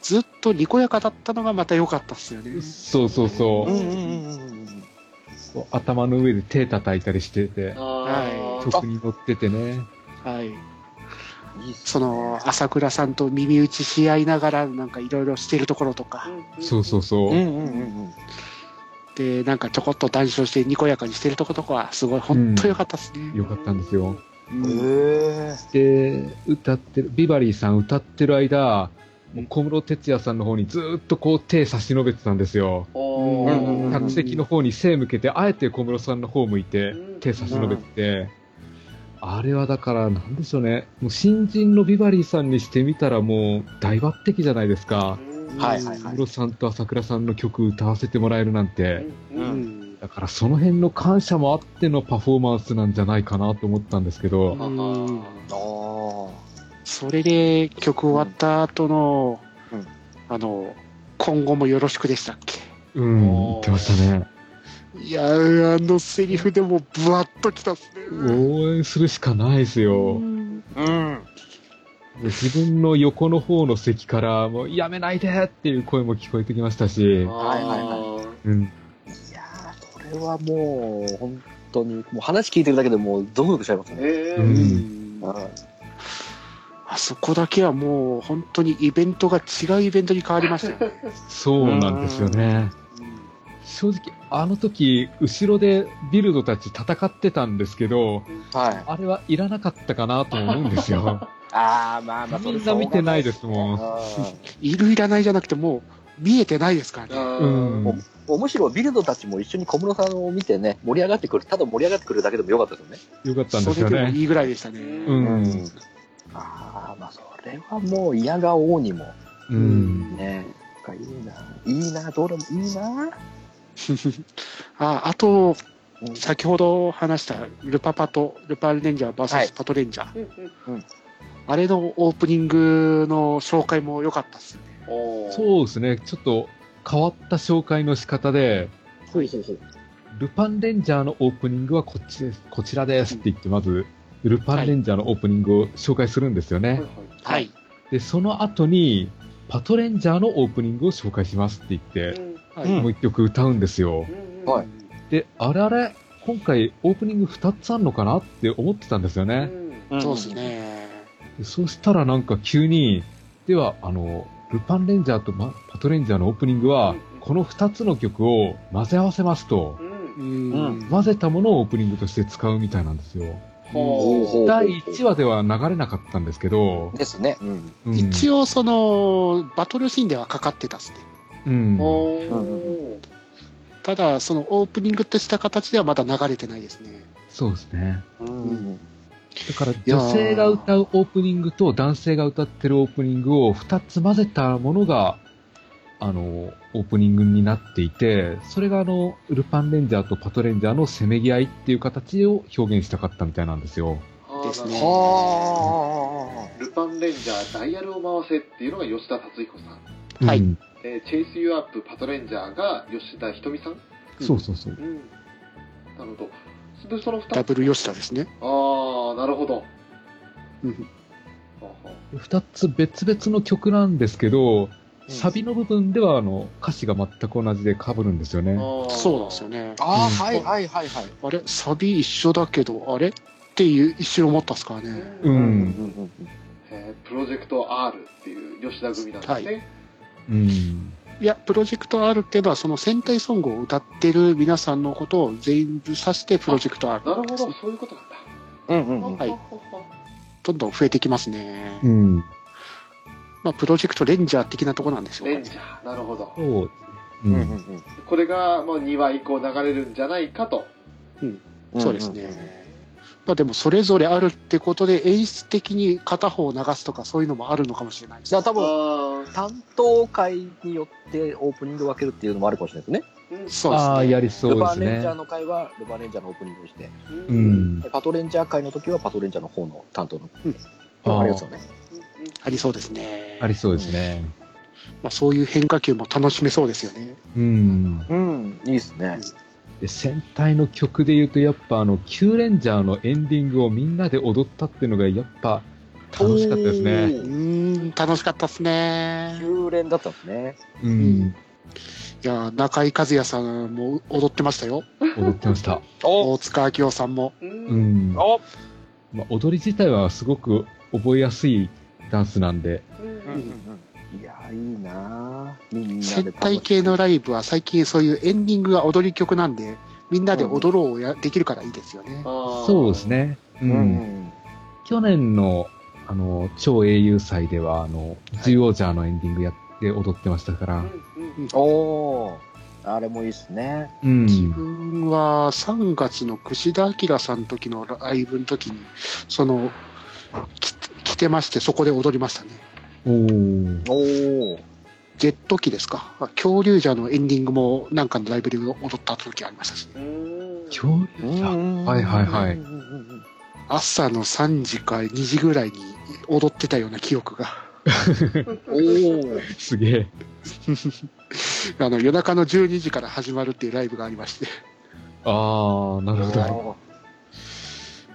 B: ずっとにこやかだったのがまた良かったっすよね、
C: そうそう
D: う
C: そ
D: んうんうんうん
C: う。頭の上で手叩いたりしてて、
A: あー
C: 曲に乗っててね。
B: はい
D: うん。いいっすね
B: その朝倉さんと耳打ちし合いながらなんかいろいろしてるところとか、
C: そうそう
D: う
C: そ
D: ん
C: う。
D: うんうん
B: でなんかちょこっと談笑してにこやかにしてるところとかはすごい本当良かったっすね、
C: よかったんですよ。
D: うん。へえ。
C: で、歌ってる、ビバリーさん歌ってる間、もう小室哲哉さんの方にずーっとこう手差し伸べてたんですよ。
A: お
D: うんうんうん
A: ー
C: 客席の方に背向けて、あえて小室さんの方向いて、手差し伸べてて、あれはだから、なんでしょうね、もう新人のビバリーさんにしてみたら、もう大抜擢じゃないですか。
A: うん
D: はいはいは
C: ムロさんと朝倉さんの曲歌わせてもらえるなんて、
A: うん
D: う
B: うんん
C: だからその辺の感謝もあってのパフォーマンスなんじゃないかなと思ったんですけど、
B: うん
D: あー
B: それで曲終わった後の、
D: うん
B: あの、今後もよろしくでしたっけ
C: うん、言
A: おー
C: ってましたね。
B: いやー、あのセリフでもブワッときたっすね。
C: 応援するしかないですよ。
D: うん。
C: 自分の横の方の席から、もうやめないでっていう声も聞こえてきましたし、
D: はいはい
A: は
C: うん、
D: いやー、これはもう、本当に、もう話聞いてるだけでもう、ゾクゾクしちゃいますね。
A: ええ
C: うん
D: うん
B: あそこだけはもう本当にイベントが違うイベントに変わりましたよね。
C: そうなんですよね。正直、あの時、後ろでビルドたち戦ってたんですけど、
D: はい。
C: あれはいらなかったかなとも思うんです よ。
D: ああ、まあまあ、
C: みんな見てないですもん。
D: ん。
B: いるいらないじゃなくてもう見えてないですからね。
C: うん
D: もうむしろビルドたちも一緒に小室さんを見てね、盛り上がってくる、ただ盛り上がってくるだけでもよかったですよね。
C: よかったん
B: そ
C: ですよ
B: れでも
C: ね。
B: いいぐらいでしたね。
C: うん
D: ああ、まあ、それはもう嫌が王にも。
C: うん。
D: ねえ。なんかいいな。いいな、どれもいいな。
B: ああと、
D: うん
B: 先ほど話したルパパとルパレンジャー VS パトレンジャー、あれのオープニングの紹介も良かったっすよね。
A: う
C: そうですね。ちょっと変わった紹介の仕方で、
D: そうそうそう。
C: ルパンレンジャーのオープニングはこっちです、こちらですって言って、まず、ルパンレンジャーのオープニングを紹介するんですよね。
B: はい。
C: で、その後に、パトレンジャーのオープニングを紹介しますって言って、
B: はい
D: うん
C: もう一曲歌うんですよ。
D: はい
C: で、あれあれ、今回オープニング2つあんのかなって思ってたんですよね。
B: そうです。ね。
C: でそしたらなんか急に、では、あの、ルパンレンジャーとまパトレンジャーのオープニング
A: う
C: は
A: ん、
C: この2つの曲を混ぜ合わせますと、
B: うん
D: うん
C: 混ぜたものをオープニングとして使うみたいなんですよ。
D: うん
C: 第1話では流れなかったんですけど、
D: ですね。うん。
C: うん
B: 一応、その、バトルシーンではかかってたっすね。
C: うん
B: ただ、そのオープニングとした形ではまだ流れてないですね。
C: そうですね。
D: うん。
C: だから女性が歌うオープニングと男性が歌ってるオープニングを2つ混ぜたものが、あの、オープニングになっていて、それがあの、ルパンレンジャーとパトレンジャーのせめぎ合いっていう形を表現したかったみたいなんですよ。
B: ですね
D: は
A: ルパンレンジャーダイヤルを回せっていうのが吉田達彦さん、
B: はい
C: うん
A: えー、チェイスユーアップパトレンジャーが吉田ひとみさん、
C: そうそうそう。
A: うん、なるほどでその2つ
B: ダブル吉田ですね。
A: ああなるほど
B: うん
C: 2つ別々の曲なんですけど、サビの部分ではあの、歌詞が全く同じで被るんですよね。
B: そうなんですよ
A: ね
B: ね。
D: ああ、
C: うん
D: はいはいはいはい。
B: あれ、サビ一緒だけど、あれっていう一瞬思ったっすからね。
C: う
D: うんん。
A: えープロジェクト R っていう吉田組なんですね、
C: うん。
B: いや、プロジェクト R っていうのは、その戦隊ソングを歌ってる皆さんのことを全部指してプロジェクト R。
A: なるほどそういうことなんだ、
D: うんうんうん。
B: はい
A: ほほほ
B: どんどん増えてきますね。
C: うん。
B: まあ、プロジェクトレンジャー的なとこなんでしょう
A: レ
B: か
A: ン
B: ね
A: ジ。ャーなるほど
C: そう。う
D: うんんうん
A: これが、まあ、2話以降流れるんじゃないかと
D: うん。
B: そうですね。まあ、でも、それぞれあるってことで、演出的に片方を流すとか、そういうのもあるのかもしれないです
D: じゃあ多分、
A: あ
D: 担当会によってオープニング分けるっていうのもあるかもしれないですね。
A: ーうん
B: そうですね。
C: ああ、やりそう
D: ル
C: で
D: バ
C: す
D: ーレンジャー
C: ね。
D: の会はルバーレンジャーのオープニングにして、
A: うん
C: うん。
D: パトレンジャー会の時はパトレンジャーの方の担当の、
B: うん
C: あー
D: ありますよね。
B: ありそうですね。
C: ありそうですね。
B: まあ、そういう変化球も楽しめそうですよね。
C: うん。
D: うん、いいですね。
C: で、戦隊の曲で言うと、やっぱあの、キューレンジャーのエンディングをみんなで踊ったっていうのが、やっぱ楽しかったですね。
B: うーん、楽しかったですね。
D: 9連だったんですね。
C: うん。
B: いや、中井和也さんも踊ってましたよ。
C: 踊ってました。
D: お
B: 大塚明夫さんも。
A: うんうん
C: う
A: うん
C: ん。
D: お
C: まあ、踊り自体はすごく覚えやすいダンスなんで、
D: いやー、いいなーみんなで
B: 接
D: 楽し
B: 待
D: い
B: 系のライブは最近そういうエンディングが踊り曲なんで、みんなで踊ろうをや、できるからいいですよね。
A: あー
C: そうですね。う。
D: うんん。
C: 去年の、あの、超英雄祭では、あの、ジュオージャーのエンディングやって踊ってましたか
A: う
C: ら
A: ん、うん
D: おーあれもいいですね。
C: う
B: 自
C: ん。
B: 分は3月の櫛田明さんの時のライブの時に、その、き来てまして、そこで踊りましたね。
C: おー
D: おー
B: ジェット機ですか。あ恐竜じゃのエンディングもなんかのライブで踊った時ありましたし、ね、
C: 恐竜じゃん。はいはいはい
B: 朝の3時か2時ぐらいに踊ってたような記憶が。
D: おお。
C: すげえ。
B: あの夜中の12時から始まるっていうライブがありまして、
C: ああ、なるほど。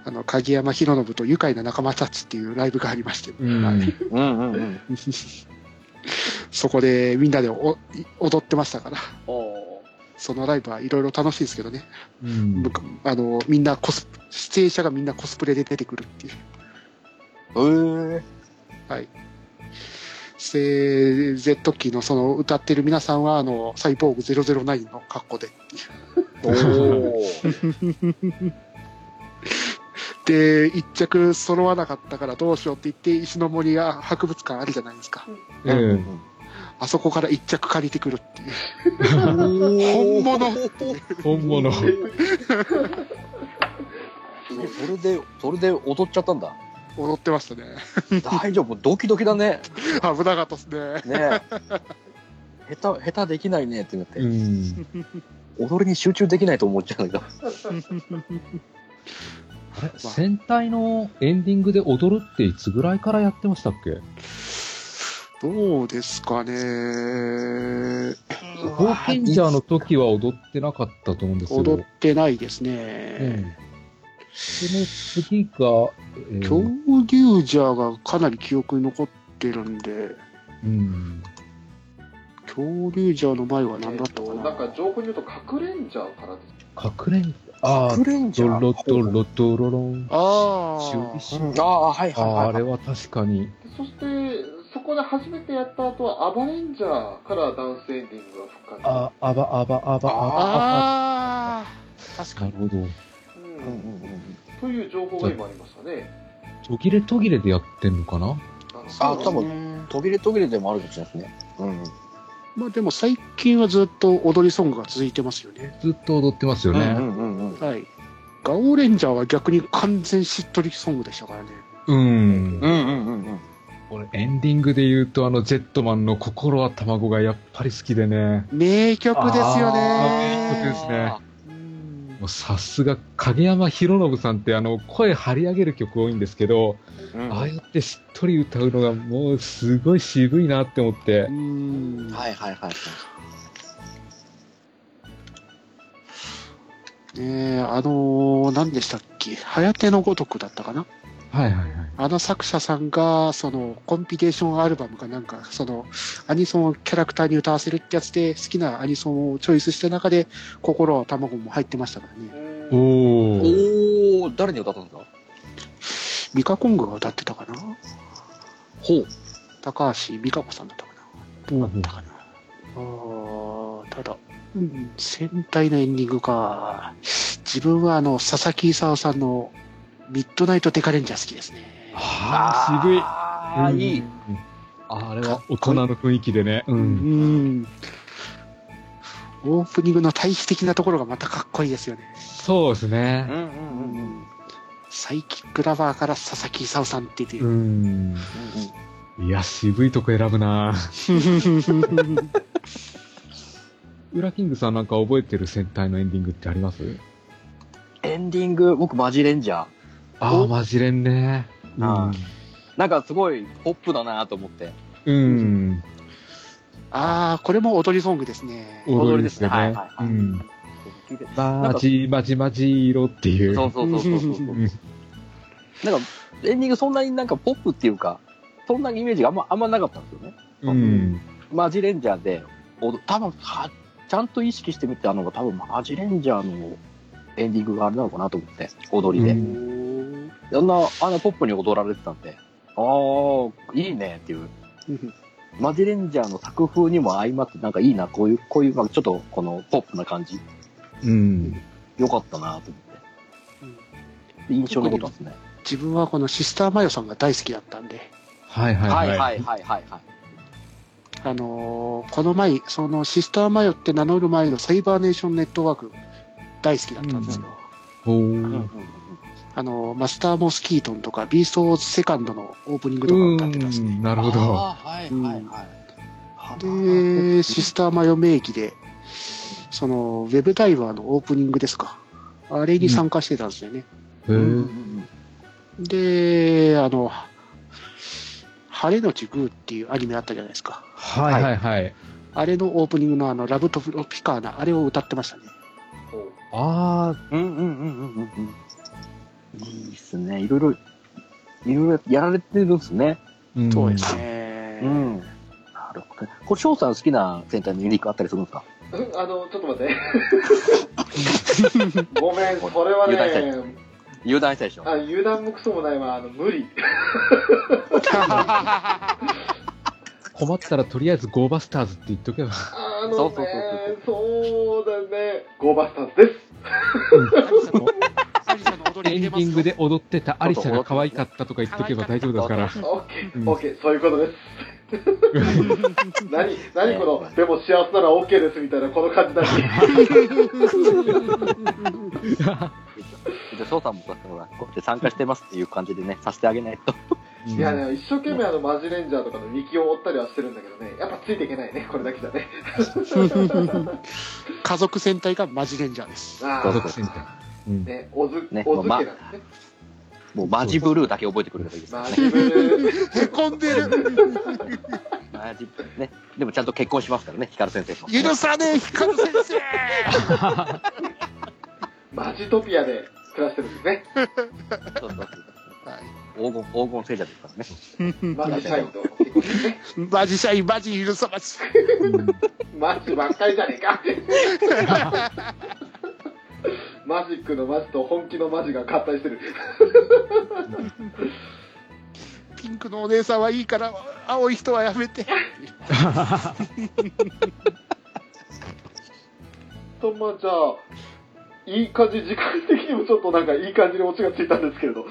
B: あの鍵山博信と愉快な仲間たちっていうライブがありまして、
C: うん
B: はい
D: うんうんうん。
B: そこでみんなでおい踊ってましたから、
A: お
B: そのライブはいろいろ楽しいですけどね、
C: うん
B: むかあのみんなコス出演者がみんなコスプレで出てくるっていう。
D: ええ。
B: で Z キーのその歌ってる皆さんはあのサイボーグ009の格好で
D: おお。
B: で一着揃わなかったからどうしようって言って石の森や博物館あるじゃないですか
C: うん。
B: あそこから一着借りてくるっていう
D: 本
B: 本物
C: 本物。
D: それで、それで踊っちゃった んだ。
B: 踊ってましたね
D: 大丈夫、ドキドキだね。
B: 危なかったですね
D: ねえ。下手、下手できないねってなって
C: う、ん。
D: 踊りに集中できないと思っちゃうんだ。
C: あれ戦隊のエンディングで踊るっていつぐらいからやってましたっけ
B: どうですかね
C: 冒険者の時は踊ってなかったと思うんですよ。
B: 踊ってないで
C: う
B: す
C: ん。
B: ね、
C: でも次が、えー
B: 恐竜ジャーがかなり記憶に残ってるんで
C: うん。
B: 恐竜ジャーの前は何だったかな、
A: なんか情報によると、かくれんじゃからです。
C: かくれん、ああ、
D: クレンジ
C: ド
D: ャー
C: ロドロドロロン。
B: ああ
C: 修理
D: ああ、はい
C: ああ、
D: はいは
C: あ
D: い。
C: れは確かに。
A: でそして、そこで初めてやった後は、アバレンジャーからダンスエンディングが復活。
C: あ、あば、あば、あば、あば、あ
B: ああ確
C: ば。
B: か
C: なるほ
B: に
C: ど。
A: う
D: うんんうんうん
A: という情報が今ありましたね。
C: 途切れ途切れでやってんのか
A: な
C: な
A: ので
B: そ
D: あ
B: う
D: 多
B: です
D: 分
B: ね
D: 途切れ途切れでもあるかもしれないですね。うん。
B: まあでも最近はずっと踊りソングが続いてますよね
C: ずっと踊ってますよ
D: う
C: ね。
D: んうんうん。
B: はいガオレンジャーは逆に完全しっとりソングでしたからね
C: うん。
D: うんうんうんうん。
C: 俺、エンディングで言うと、あの、ジェットマンの心は卵がやっぱり好きでね。
B: 名曲ですよ
C: あー名曲
B: ね
C: ですね
B: うん
C: もうさすが、影山博信さんって、あの、声張り上げる曲多いんですけど、
D: うん
C: ああ
D: はい
C: やってしっとり歌うのが、もう、すごい渋いなって思って
B: う。ん
D: はいはいはい。
B: ねえあのー何でしたっけ「はやてのごとく」だったかな
C: はいはいはい。
B: あの作者さんが、その、コンピレーションアルバムかなんか、その、アニソンをキャラクターに歌わせるってやつで、好きなアニソンをチョイスした中で、心は卵も入ってましたからね。
A: うん
C: おー。
D: おお、誰に歌ったんですか
B: ミカコングが歌ってたかな
D: ほう。
B: 高橋美香子さんだったかなだったかなあーただ、うん、戦隊のエンディングか。自分は、あの、佐々木勲さんの、ミッドナイトデカレンジャー好きですね。
C: ああ、渋い。
D: ああ、いい。
C: うん。あれは大人の雰囲気でね。う。
B: うんん。オープニングの対比的なところがまたかっこいいですよね。
C: そうです
D: うん
C: ね。
D: うんうんうん。
B: サイキックラバーから佐々木勲さんって出て
C: う
B: る。
C: ん。いや、渋いとこ選ぶな ウラキングさんなんか覚えてる戦隊のエンディングってあります
D: エンディング、僕マジレンジャー。
C: ああ、
D: お
C: マジレンね。
D: あなんかすごいポップだなと思って。
C: うん。
B: ああ、これも踊りソングですね。
C: うん。
D: 踊りですね
C: 踊
D: はいはいは
C: う
D: い
C: ん。
D: なん
C: マ
D: か
C: ジ、マジ、マジ色っていう。
D: そうそうそうそうそう。
C: うん
D: なんかエンディングそんなになんかポップっていうか、そんなイメージがあんまあんまなかったんですよね。
C: うん。
D: マジレンジャーで、お多分はちゃんと意識してみたのが多分マジレンジャーのエンディングがあれなのかなと思って、踊りで。
C: う
D: あ
C: ん
B: うん
D: んな、あんなポップに踊られてたんで、ああ、いいねっていう。マジレンジャーの作風にも相まって、なんかいいな、こういう、こういう、まあ、ちょっとこのポップな感じ、
C: うん。
D: よかったなと思って。印象のことなんですね。
B: 自分はこのシスターマヨさんが大好きだったんで、
C: はいは
D: はいい
C: はい。
D: はいはいはいはい。
B: あのーこの前、そのシスターマヨって名乗る前のサイバーネーションネットワーク大好きだったんですよ。
C: お
D: うんうん
C: ー
B: あのーマスターモスキートンとか、ビーストウォーズセカンドのオープニングとか
C: う
B: 歌ってたんですね。
C: ん。なる
D: うん
C: ほど。
D: あーはいはいはい。
B: で、シスターマヨ名義で、その、ウェブダイバーのオープニングですか。あれに参加してたんですよね。
C: へえ。
B: で、あの、晴れのちグーっていうアニメあったじゃないですか。
C: はいはいはい。
B: あれのオープニングのあの、ラブトロピカーナ、あれを歌ってましたね。
C: ああ、
D: うんうんうんうんうんうん。いいっすね。いろいろ、いろいろやられてるんですね。
C: ん
B: そうです。ね。
D: ん。なるほど。これ、翔さん好きな戦隊のユニークあったりするんですか
A: うん あの、ちょっと 待って。ごめん、それは
D: 油断した
A: ね、
D: 油断したでしょ。
A: あ油断もクソもないわ、あの無理。
C: 困ったらとりあえずゴーバスターズって言っとけば。
A: あ
D: そ
A: の
D: うそう
A: ね、そうだね、ゴーバスターズです。
C: エンディングで踊ってたアリサが可愛かったとか言っとけば大丈夫ですから。
A: オッケ
C: うん
A: ー、オッケー、そういうことです。何、何この、でも幸せならオッケーですみたいな、この感じだし。
D: じゃあ、翔さんもこうやってほら、こうやって参加してますっていう感じでね、させてあげないと。
C: うん
A: いやね、一生懸命あのマジレンジャーとかのウィキを追ったりはしてるんだけどね、やっぱついていけないね、これだけじゃね。
B: 家族戦隊がマジレンジャーです。
A: あ
C: 家
A: あ、
C: 族戦隊。うん
A: ね、おず、
D: ね
A: おずけ
D: ま
A: な
D: あ
A: んですね。
D: もうマジブルーだけ覚えてくれればいいですか
A: マ
D: ら
A: ジ
D: ね。
A: ブル
B: へこんでる
D: マジブルーね。でもちゃんと結婚しますからね、光先生と。
B: 許さねえ、光先生
A: マジトピアで暮らしてるんですね。
D: そうそうそう黄金、黄金聖者ですからね。
A: マジ社員と結婚してね。
B: マジシャイン、マジ許さまし。
A: マジばっかりじゃねえか。 マジックのマジと本気のマジが合体してる。
B: ピンクのお姉さんはいいから、青い人はやめて。
A: と、まあじゃあ、いい感じ、時間的にもちょっとなんかいい感じにオチがついたんですけれど。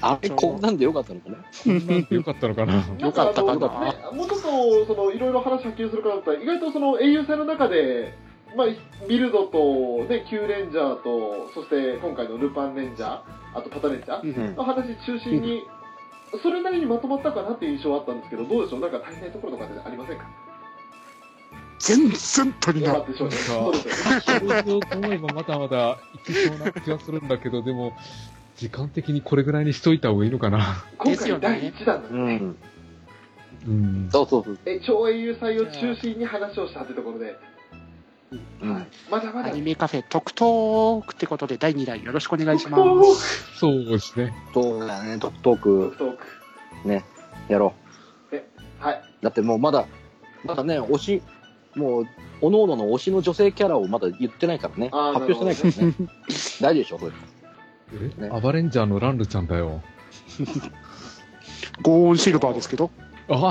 D: あれ、こんなんでよかったのかな
C: よかったのかな。
B: よかったか
A: んかあの
B: な。
A: ねもうちょっとそのいろいろ話波及するからだったら意外とその英雄戦の中で、まあ、ビルドと、ね、キューレンジャーとそして今回のルパンレンジャーあとパタレンジャー
D: ん
A: の話中心に、それなりにまとまったかなっていう印象はあったんですけどどうでしょうなんか足りないところとかってありませんか
B: 全然取り
A: よか
B: な
A: ったでしょうね
C: な
A: そ
C: ん
A: う
C: か
A: ですよね
C: そうしようと思えばまだまだいけそうな気がするんだけど、でも、時間的にこれぐらいにしといた方がいいのかな。
A: 今
B: ですよ
A: 回第
B: ね
A: 1弾だ、
D: うん。
C: うん。
D: そうそうそう。
A: え超英雄祭を中心に話をしたってところで、
D: うん
A: はい、まだま
B: ア
A: だ
B: ニメカフェ特トークってことで第2弾よろしくお願いしま
A: 特
B: す。
C: そうですね。
D: そうだね、トトー
A: トー
D: ク
A: クトーク
D: やろ。
A: はいう
D: だってもうまだ、まだね、推し、もう、おののの推しの女性キャラをまだ言ってないからね。
A: あー
D: 発表してないからね。大丈夫でしょ、それ。
C: えアバレンジャーのランルちゃんだよ。
B: ゴーンシルバーですけど、
C: あ
D: あ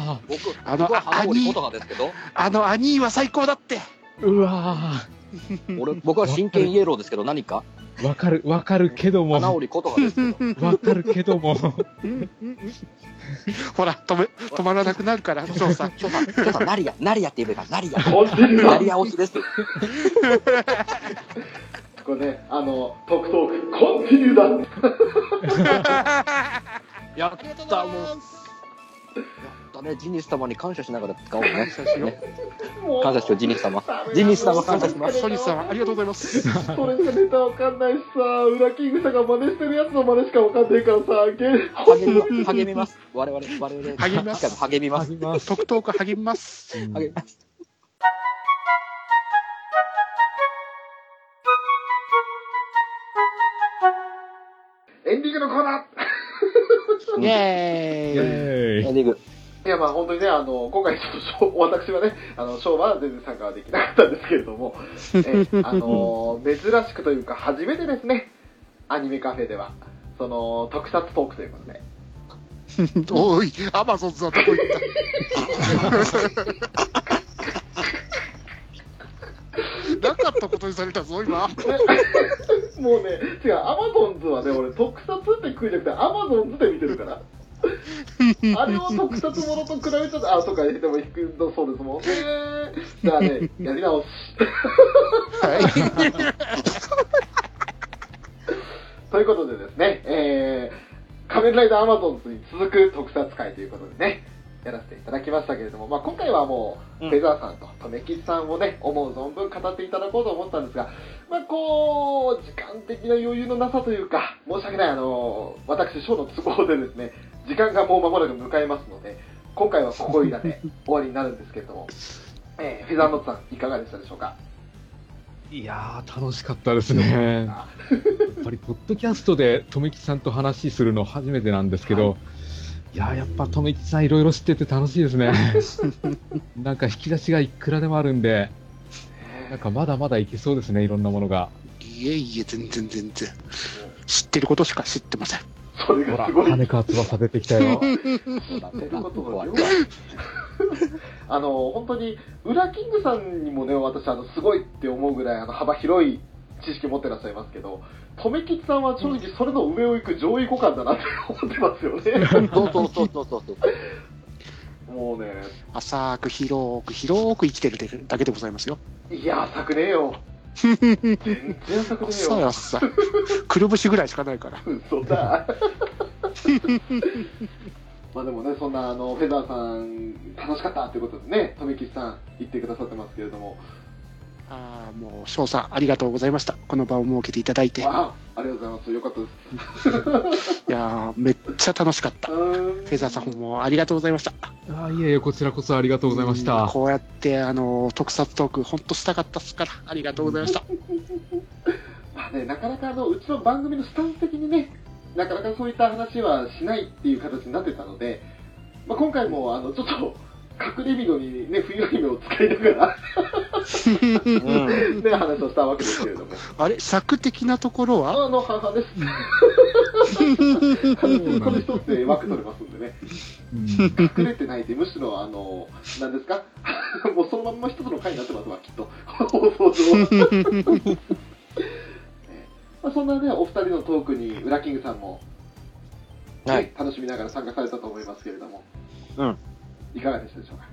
D: あ。
C: あ。
D: 僕、
B: あの
D: 僕は、
B: ア
D: 花森
B: ニ
D: 琴葉ですけど、
B: あの、アニーは最高だって。
C: うわ
D: 俺、僕は真剣イエローですけど、何か
C: ーわかる、わかるけども。
D: 花織琴葉ですけど。
C: わかるけど も。
B: ほら、止め、止まらなくなるから、翔さん。
D: 翔さん、翔さん、ナリア、ナリアって言えばいいから、ナリア。
A: 本当に
D: ナリア推しです。
A: これねあのトークトークコンティニューだ
D: やった、もう。やったね、ジニス様に感謝しながら使おうね。
A: もう
D: 感謝しよう、ジニス様。ジニス様感謝します。
B: ソニーさん、ありがとうございます。
A: それしかネタわかんないしさ、裏キングさんが真似してるやつの真似しかわかんないからさ、ゲー
D: 励み、励みます。我々、我々、
B: 励みます
D: しかも励みます。
C: 始めます。
B: 特トーク励みます。
C: うん
D: 励みます。
A: エンディングのコーナ
C: イ
B: イェーイ。
C: ェー
D: エ
C: イ
D: ンディング。
A: ーいや、まあ本当にね、あの、今回ちょっと、私はね、あの、ショーは全然参加はできなかったんですけれど も、えあの、珍しくというか、初めてですね、アニメカフェでは、その、特撮トークということで、
B: おい、アマゾンズはどこ行った なかったことにされたぞ、今。
A: もうね、違う、アマゾンズはね、俺、特撮って食いじゃなくて、アマゾンズで見てるから。あれを特撮ものと比べちゃった、あ、とか言っても、低いのそうですもんね。じゃあね、やり直し。
B: はい。
A: ということでですね、えー、仮面ライダーアマゾンズに続く特撮会ということでね、やらせていただきましたけれども、まあ、今回はもう、
D: うん
A: フェザーさんと留吉さんをね、思う存分語っていただこうと思ったんですが、まあ、こう、時間的な余裕のなさというか、申し訳ない、あの、私、ショーの都合でですね、時間がもう間もなく迎えますので、今回はここいらで終わりになるんですけれども、えーフェザーノットさん、いかがでしたでしょうか。
C: いやー、楽しかったですね。やっぱり、ポッドキャストで、とめきさんと話するの初めてなんですけど、い、やー、やっぱ、とめきさんいろいろ知ってて楽しいですね。 なんか、引き出しがいくらでもあるんで、なんか、まだまだいけそうですね、いろんなものが。
B: いえいえ、全然全然。知ってることしか知ってません。
A: それ
C: ほ
A: が
C: ら、
A: すごい
C: 羽川翼出てきたよ。
A: ってことの量があの本当に、ウラキングさんにもね、私、あのすごいって思うぐらいあの幅広い知識持ってらっしゃいますけど、とめきちさんは正直、それの上を行く上位互換だなって 思ってますよね。
D: そうそうそうそうそうそう。
A: もうね、
B: 浅く広く広く生きてるだけでございますよ。
A: いや、浅くねえよ。全然浅くねえ
B: 浅い
A: よ。
B: 浅い。くるぶしぐらいしかないから。
A: 嘘だ。 まあでもね、そんなあのフェザーさん、楽しかったということでね、とめきちさん、言ってくださってますけれども、
B: ああ、もう、翔さん、ありがとうございました。この場を設けていただいて。いや
A: わあありがとうございます、よかったです。
B: ー、めっちゃ楽しかった。フ
A: フ
B: ェザーさんもありがとうございました。あり
C: あーいえいえ、こちらこそありがとうございました。
B: こうやって、あの、特撮トーク、ほんとしたかったっすから、ありがとうございました。
A: まあね、なかなかあのうちの番組のスタンス的にね、なかなかそういった話はしないっていう形になってたので、まあ、今回もあのちょっと隠れ人にね、冬姫を使いながら、
D: うん。
A: ね、話をしたわけですけれども、
B: あれ、作的なところは
A: あの半々です。この一つで枠取れますんでね、
C: うん
A: 隠れてないで、むしろ、あの、なんですか、 もうそのまんま一つの回になってますわ、きっと、放送上。まあ、そんなね、お二人のトークに、ウラキングさんも、ね
D: はい。
A: 楽しみながら参加されたと思いますけれども、
D: うん
A: いかがでしたでしょうか。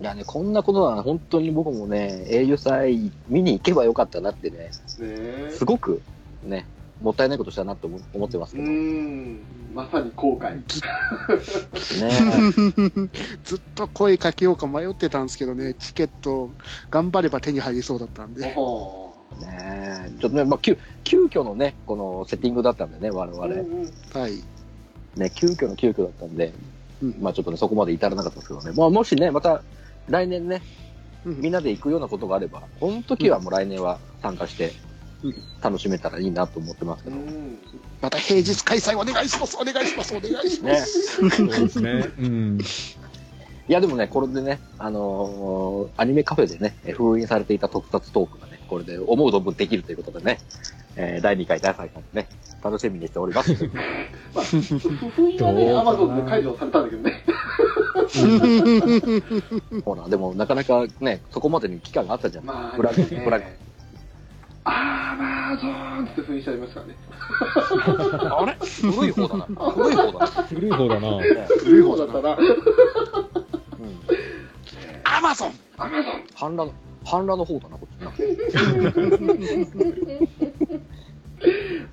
D: いやね、こんなことなら本当に僕もね、英雄祭見に行けばよかったなってね、
A: ねえ
D: すごくね、もったいないことしたなって思思ってます
A: う
D: けど
A: ー
D: ね。
A: ん、まさに後悔。
B: ずっと声かけようか迷ってたんですけどね、チケット、頑張れば手に入りそうだったんで。
A: お
D: ねちょっとね、まあ、急、急遽のね、このセッティングだったんでね、我々。
A: ー
D: ね、
A: うんうん
B: はい。
D: 急遽の急遽だったんで、
B: うん
D: まあちょっとね、そこまで至らなかったですけどね。まあもしね、また来年ね、
B: うん
D: みんなで行くようなことがあれば、この時はもう来年は参加して
B: うん、
D: 楽しめたらいいなと思ってますけ
A: う
D: ど。
A: ん
B: また平日開催お願いします、お願いします、お願いします。
C: そうですね。うん。
D: いやでもね、これでね、あのーアニメカフェでね、え封印されていた特撮トークがね、これで思う存分できるということでね、えー第2回、第3回ね、楽しみにしており ます。
A: 不意はね、アマゾンで解除されたんだけどね。
D: ほら、でもなかなかね、そこまでに期間があったじゃん。
A: まあ、
D: ブラック
A: ね
D: ブラック
A: アマゾンって封印しちゃいましたからね。
D: あれ古い方だな。 古い方だな。
C: 古い方だな。
A: 古い方だったら、
D: うん。
B: アマゾン
A: アマゾン
D: 反乱、反乱の方だな、こっちな。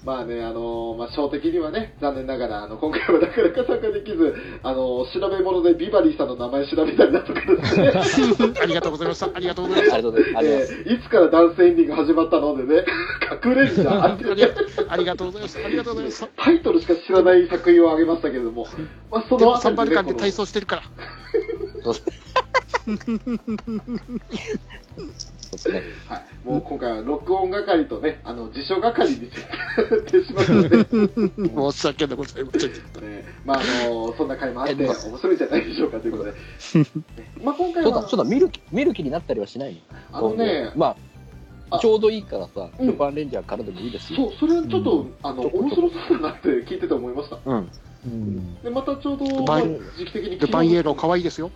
A: まあね、あのーまあ、小的にはね、残念ながら、あの、今回はなかなか参加できず、あのー調べ物でビバリーさんの名前調べたりだとかですね、
B: ありがとうございました、ありがとうご
D: あ
B: ざいま
D: りがとうございます。ありがとうございます。
A: えーいつからダンスエンディング始まったのでね、隠れんじゃんってね
B: した。ありがとうございました、ありがとうございました。
A: タイトルしか知らない作品をあげましたけれども、まあ、そ
B: で
A: の
B: も
A: あた
B: サ
A: りで
B: ンバ
A: ね
B: ルカンで
A: この
B: 体操してるから。
D: そうですね。
A: はい、もう今回は録音係とね、あの辞書係に設定してしまったので、ね
B: 申し訳ございません。
A: まああのそんな回もあって、
D: えっ
A: 面
D: と
A: 白いんじゃないでしょうかということで、ねまあ今回
D: そうだ、
A: は
D: そうだ、見る気、見る気になったりはしないの
A: あのね、
D: ま
A: あ
D: あ、ちょうどいいからさ、
A: うん
D: ルパンレンジャーからでもいいで
A: そ
D: すよ。
A: う、それはちょっと、
C: うん
A: あの面白そうだなって聞いてて思いました。
D: うん。
C: うん。
A: でまたちょうど、
B: パン
A: まあ時期的に
B: ルパンイエロー、
A: か
B: 可愛いです よ。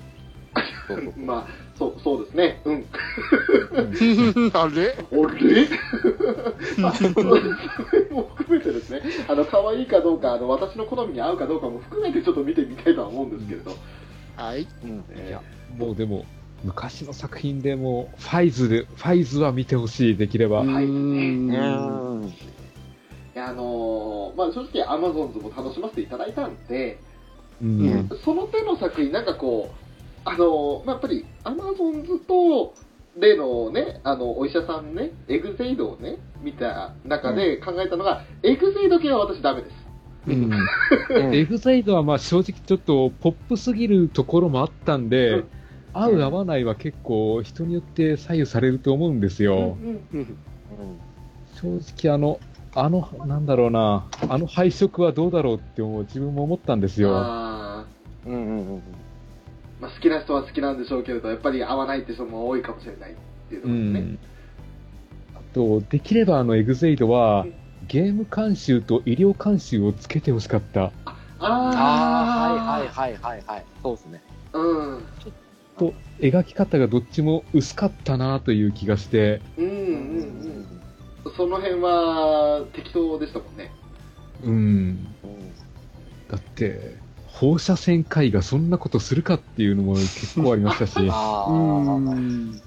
D: そうそう。
A: まあそうそうですね、うん、あ
B: あれ
A: れあそれも含めてですね、あの可愛いかどうか、あの私の好みに合うかどうかも含めてちょっと見てみたいとは思うんですけれど、
B: はい。
D: うん。
A: え
C: い
A: ー
C: やもうでも、昔の作品でもう、ファイズで、ファイズは見てほしい、できれば。
A: はいう
B: ー
D: う
B: ん
D: ん。
A: いやあのーまあ、正直、アマゾンズも楽しませていただいたんで、
C: うん。
A: その手の作品、なんかこう、あの、まあ、やっぱり、アマゾンズと、例のね、あの、お医者さんね、エグゼイドをね、見た中で考えたのが、エグゼイド系は私ダメです。
C: うん。エグザイドはまあ正直ちょっとポップすぎるところもあったんで、
A: うん
C: 合う合わないは結構人によって左右されると思うんですよ。
B: うん
C: 正直あの、あの、なんだろうな、あの配色はどうだろうって思う自分も思ったんですよ。
A: あー
D: うんうんうんうん
A: まあ、好きな人は好きなんでしょうけれど、やっぱり合わないって人も多いかもしれないっていう
C: う
A: のですね。
C: ん。あと、できればあのエグゼイドは、ゲーム監修と医療監修をつけてほしかった。
D: ああ、
A: あー
D: はいはいはいはいはい。そうですね。
A: うん。
C: と、描き方がどっちも薄かったなという気がして、
A: うんうんうん。その辺は適当でしたもんね。
C: うん。
D: うん。
C: だって、放射線科医がそんなことするかっていうのも結構ありましたし
D: ああ、
B: うん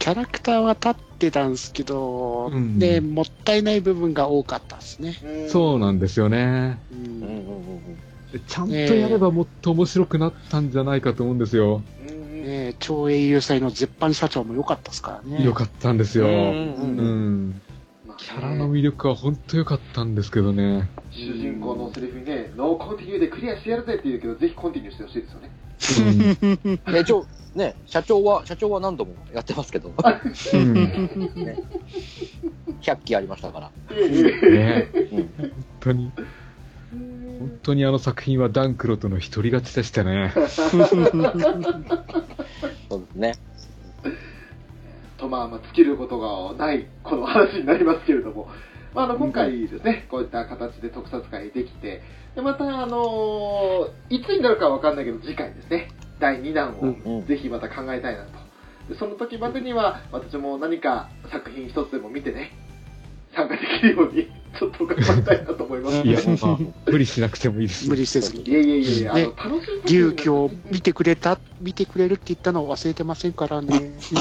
B: キャラクターは立ってたんですけど、
C: うん
B: でもったいない部分が多かったですね、
A: うん
C: そうなんですよね。
B: う
D: うんうん
B: ん
D: うんうん
C: ちゃんとやればもっと面白くなったんじゃないかと思うんですよ。
A: うんうん
B: ね、超英雄祭の絶版社長も良かったですからね
C: よかったんですよ。
D: うんうん
C: う
D: うん
C: ん。
A: まあね
C: キャラの魅力は本当良かったんですけどね。
A: 主人公のセリフにね、ノーコンティニューでクリアしてやるぜって言うけど、ぜひコンティニューしてほしいですよね。
D: え一応ね、社長は、社長は何度もやってますけど、
C: うん。
D: 100期ありましたから。
C: うんね
D: うん
C: 本当に、本当にあの作品はダンクロとの独り勝ちでしたね。
D: そうですね。
A: とまあまあ尽きることがないこの話になりますけれども、まあ、あの今回ですね、こういった形で特撮会できてでまたあのーいつになるかわかんないけど次回ですね第2弾
B: う
A: を
D: ん
A: ぜひまた考えたいなと、でその時までには私も何か作品一つでも見てね参加できるように ちょっと頑張りたいなと思います
C: い
A: い
C: や
A: や、
C: まあ、無理しなくてもいいです。
B: 無理せずに
A: いやいやいやあの
B: ね
A: 楽しい作品
B: 勇気を見てくれた見てくれるって言ったのを忘れてませんか らね
A: めっち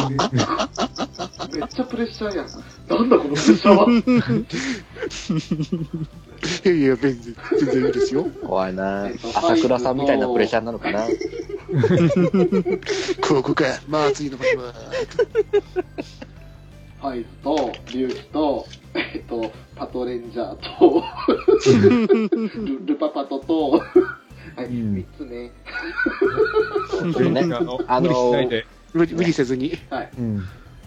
A: ゃプレッシャーやんなんだこのプレッシャーは
B: いやいや全然全然いいですよ
D: 怖いな朝倉さんみたいなプレッシャーなのかな。
B: ここかまあ次の場所 は
A: ファイズと、龍騎と、えっと、パトレンジャーと、ルルパパトと、はい、
C: うん
A: 3つね。
D: ちょっとね
C: あの
D: あ
C: 無
D: の
C: 理しないで。
B: 無理無理せずに
C: うん。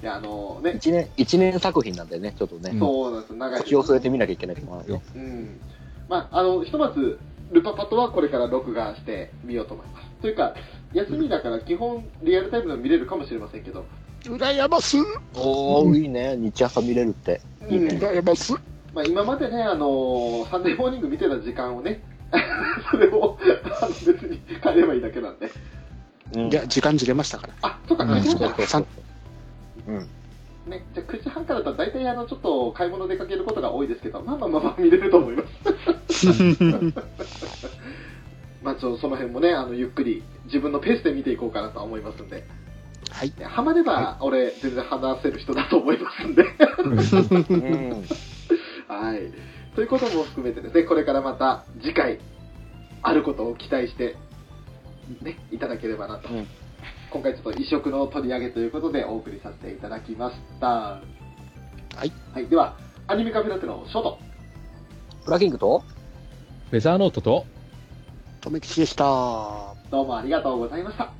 A: いや、あのね、
D: 一年、一年作品なんでね、ちょっとね、
A: そうなんですよ、長い。
D: 口を添えてみなきゃいけないと思うよ。
A: うん。まあ、あの、ひとまず、ルパパトはこれから録画してみようと思います。というか、休みだから基本リアルタイムでも見れるかもしれませんけど、
B: 羨ます
D: おー、いいね。日朝見れるって。
A: う
D: いい
A: ん
D: ね。
B: 羨ます
A: まあ、今までね、あのサンデーモーニング見てた時間をね、 それをあの別に変えればいいだけなんで。
D: うん
B: いや時間ずれましたから
A: あ、そうか、
C: うん
A: そうか
D: そうそうそううん。
A: ね、じゃあ9時半からだったら大体あのちょっと買い物出かけることが多いですけど、まあまあまあまあ見れると思います。 まあちょっとその辺もね、あのゆっくり自分のペースで見ていこうかなとは思いますんで、
B: はい。
A: ねハマれば俺全然話せる人だと思いますんで。
D: うん。
A: はい。ということも含めてですね、これからまた次回あることを期待して、ね、いただければなと。
D: うん
A: 今回ちょっと異色の取り上げということでお送りさせていただきました。はいはい、では、アニメカフェラテのショート。
D: ブラキングと
C: ウェザーノートと、
B: とめきちでしたあ
A: どうもありがとうございました。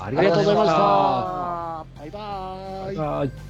C: あ
B: り
D: がとうございまし
B: りがとうございました
D: た
B: バイバーイ
C: バイバイ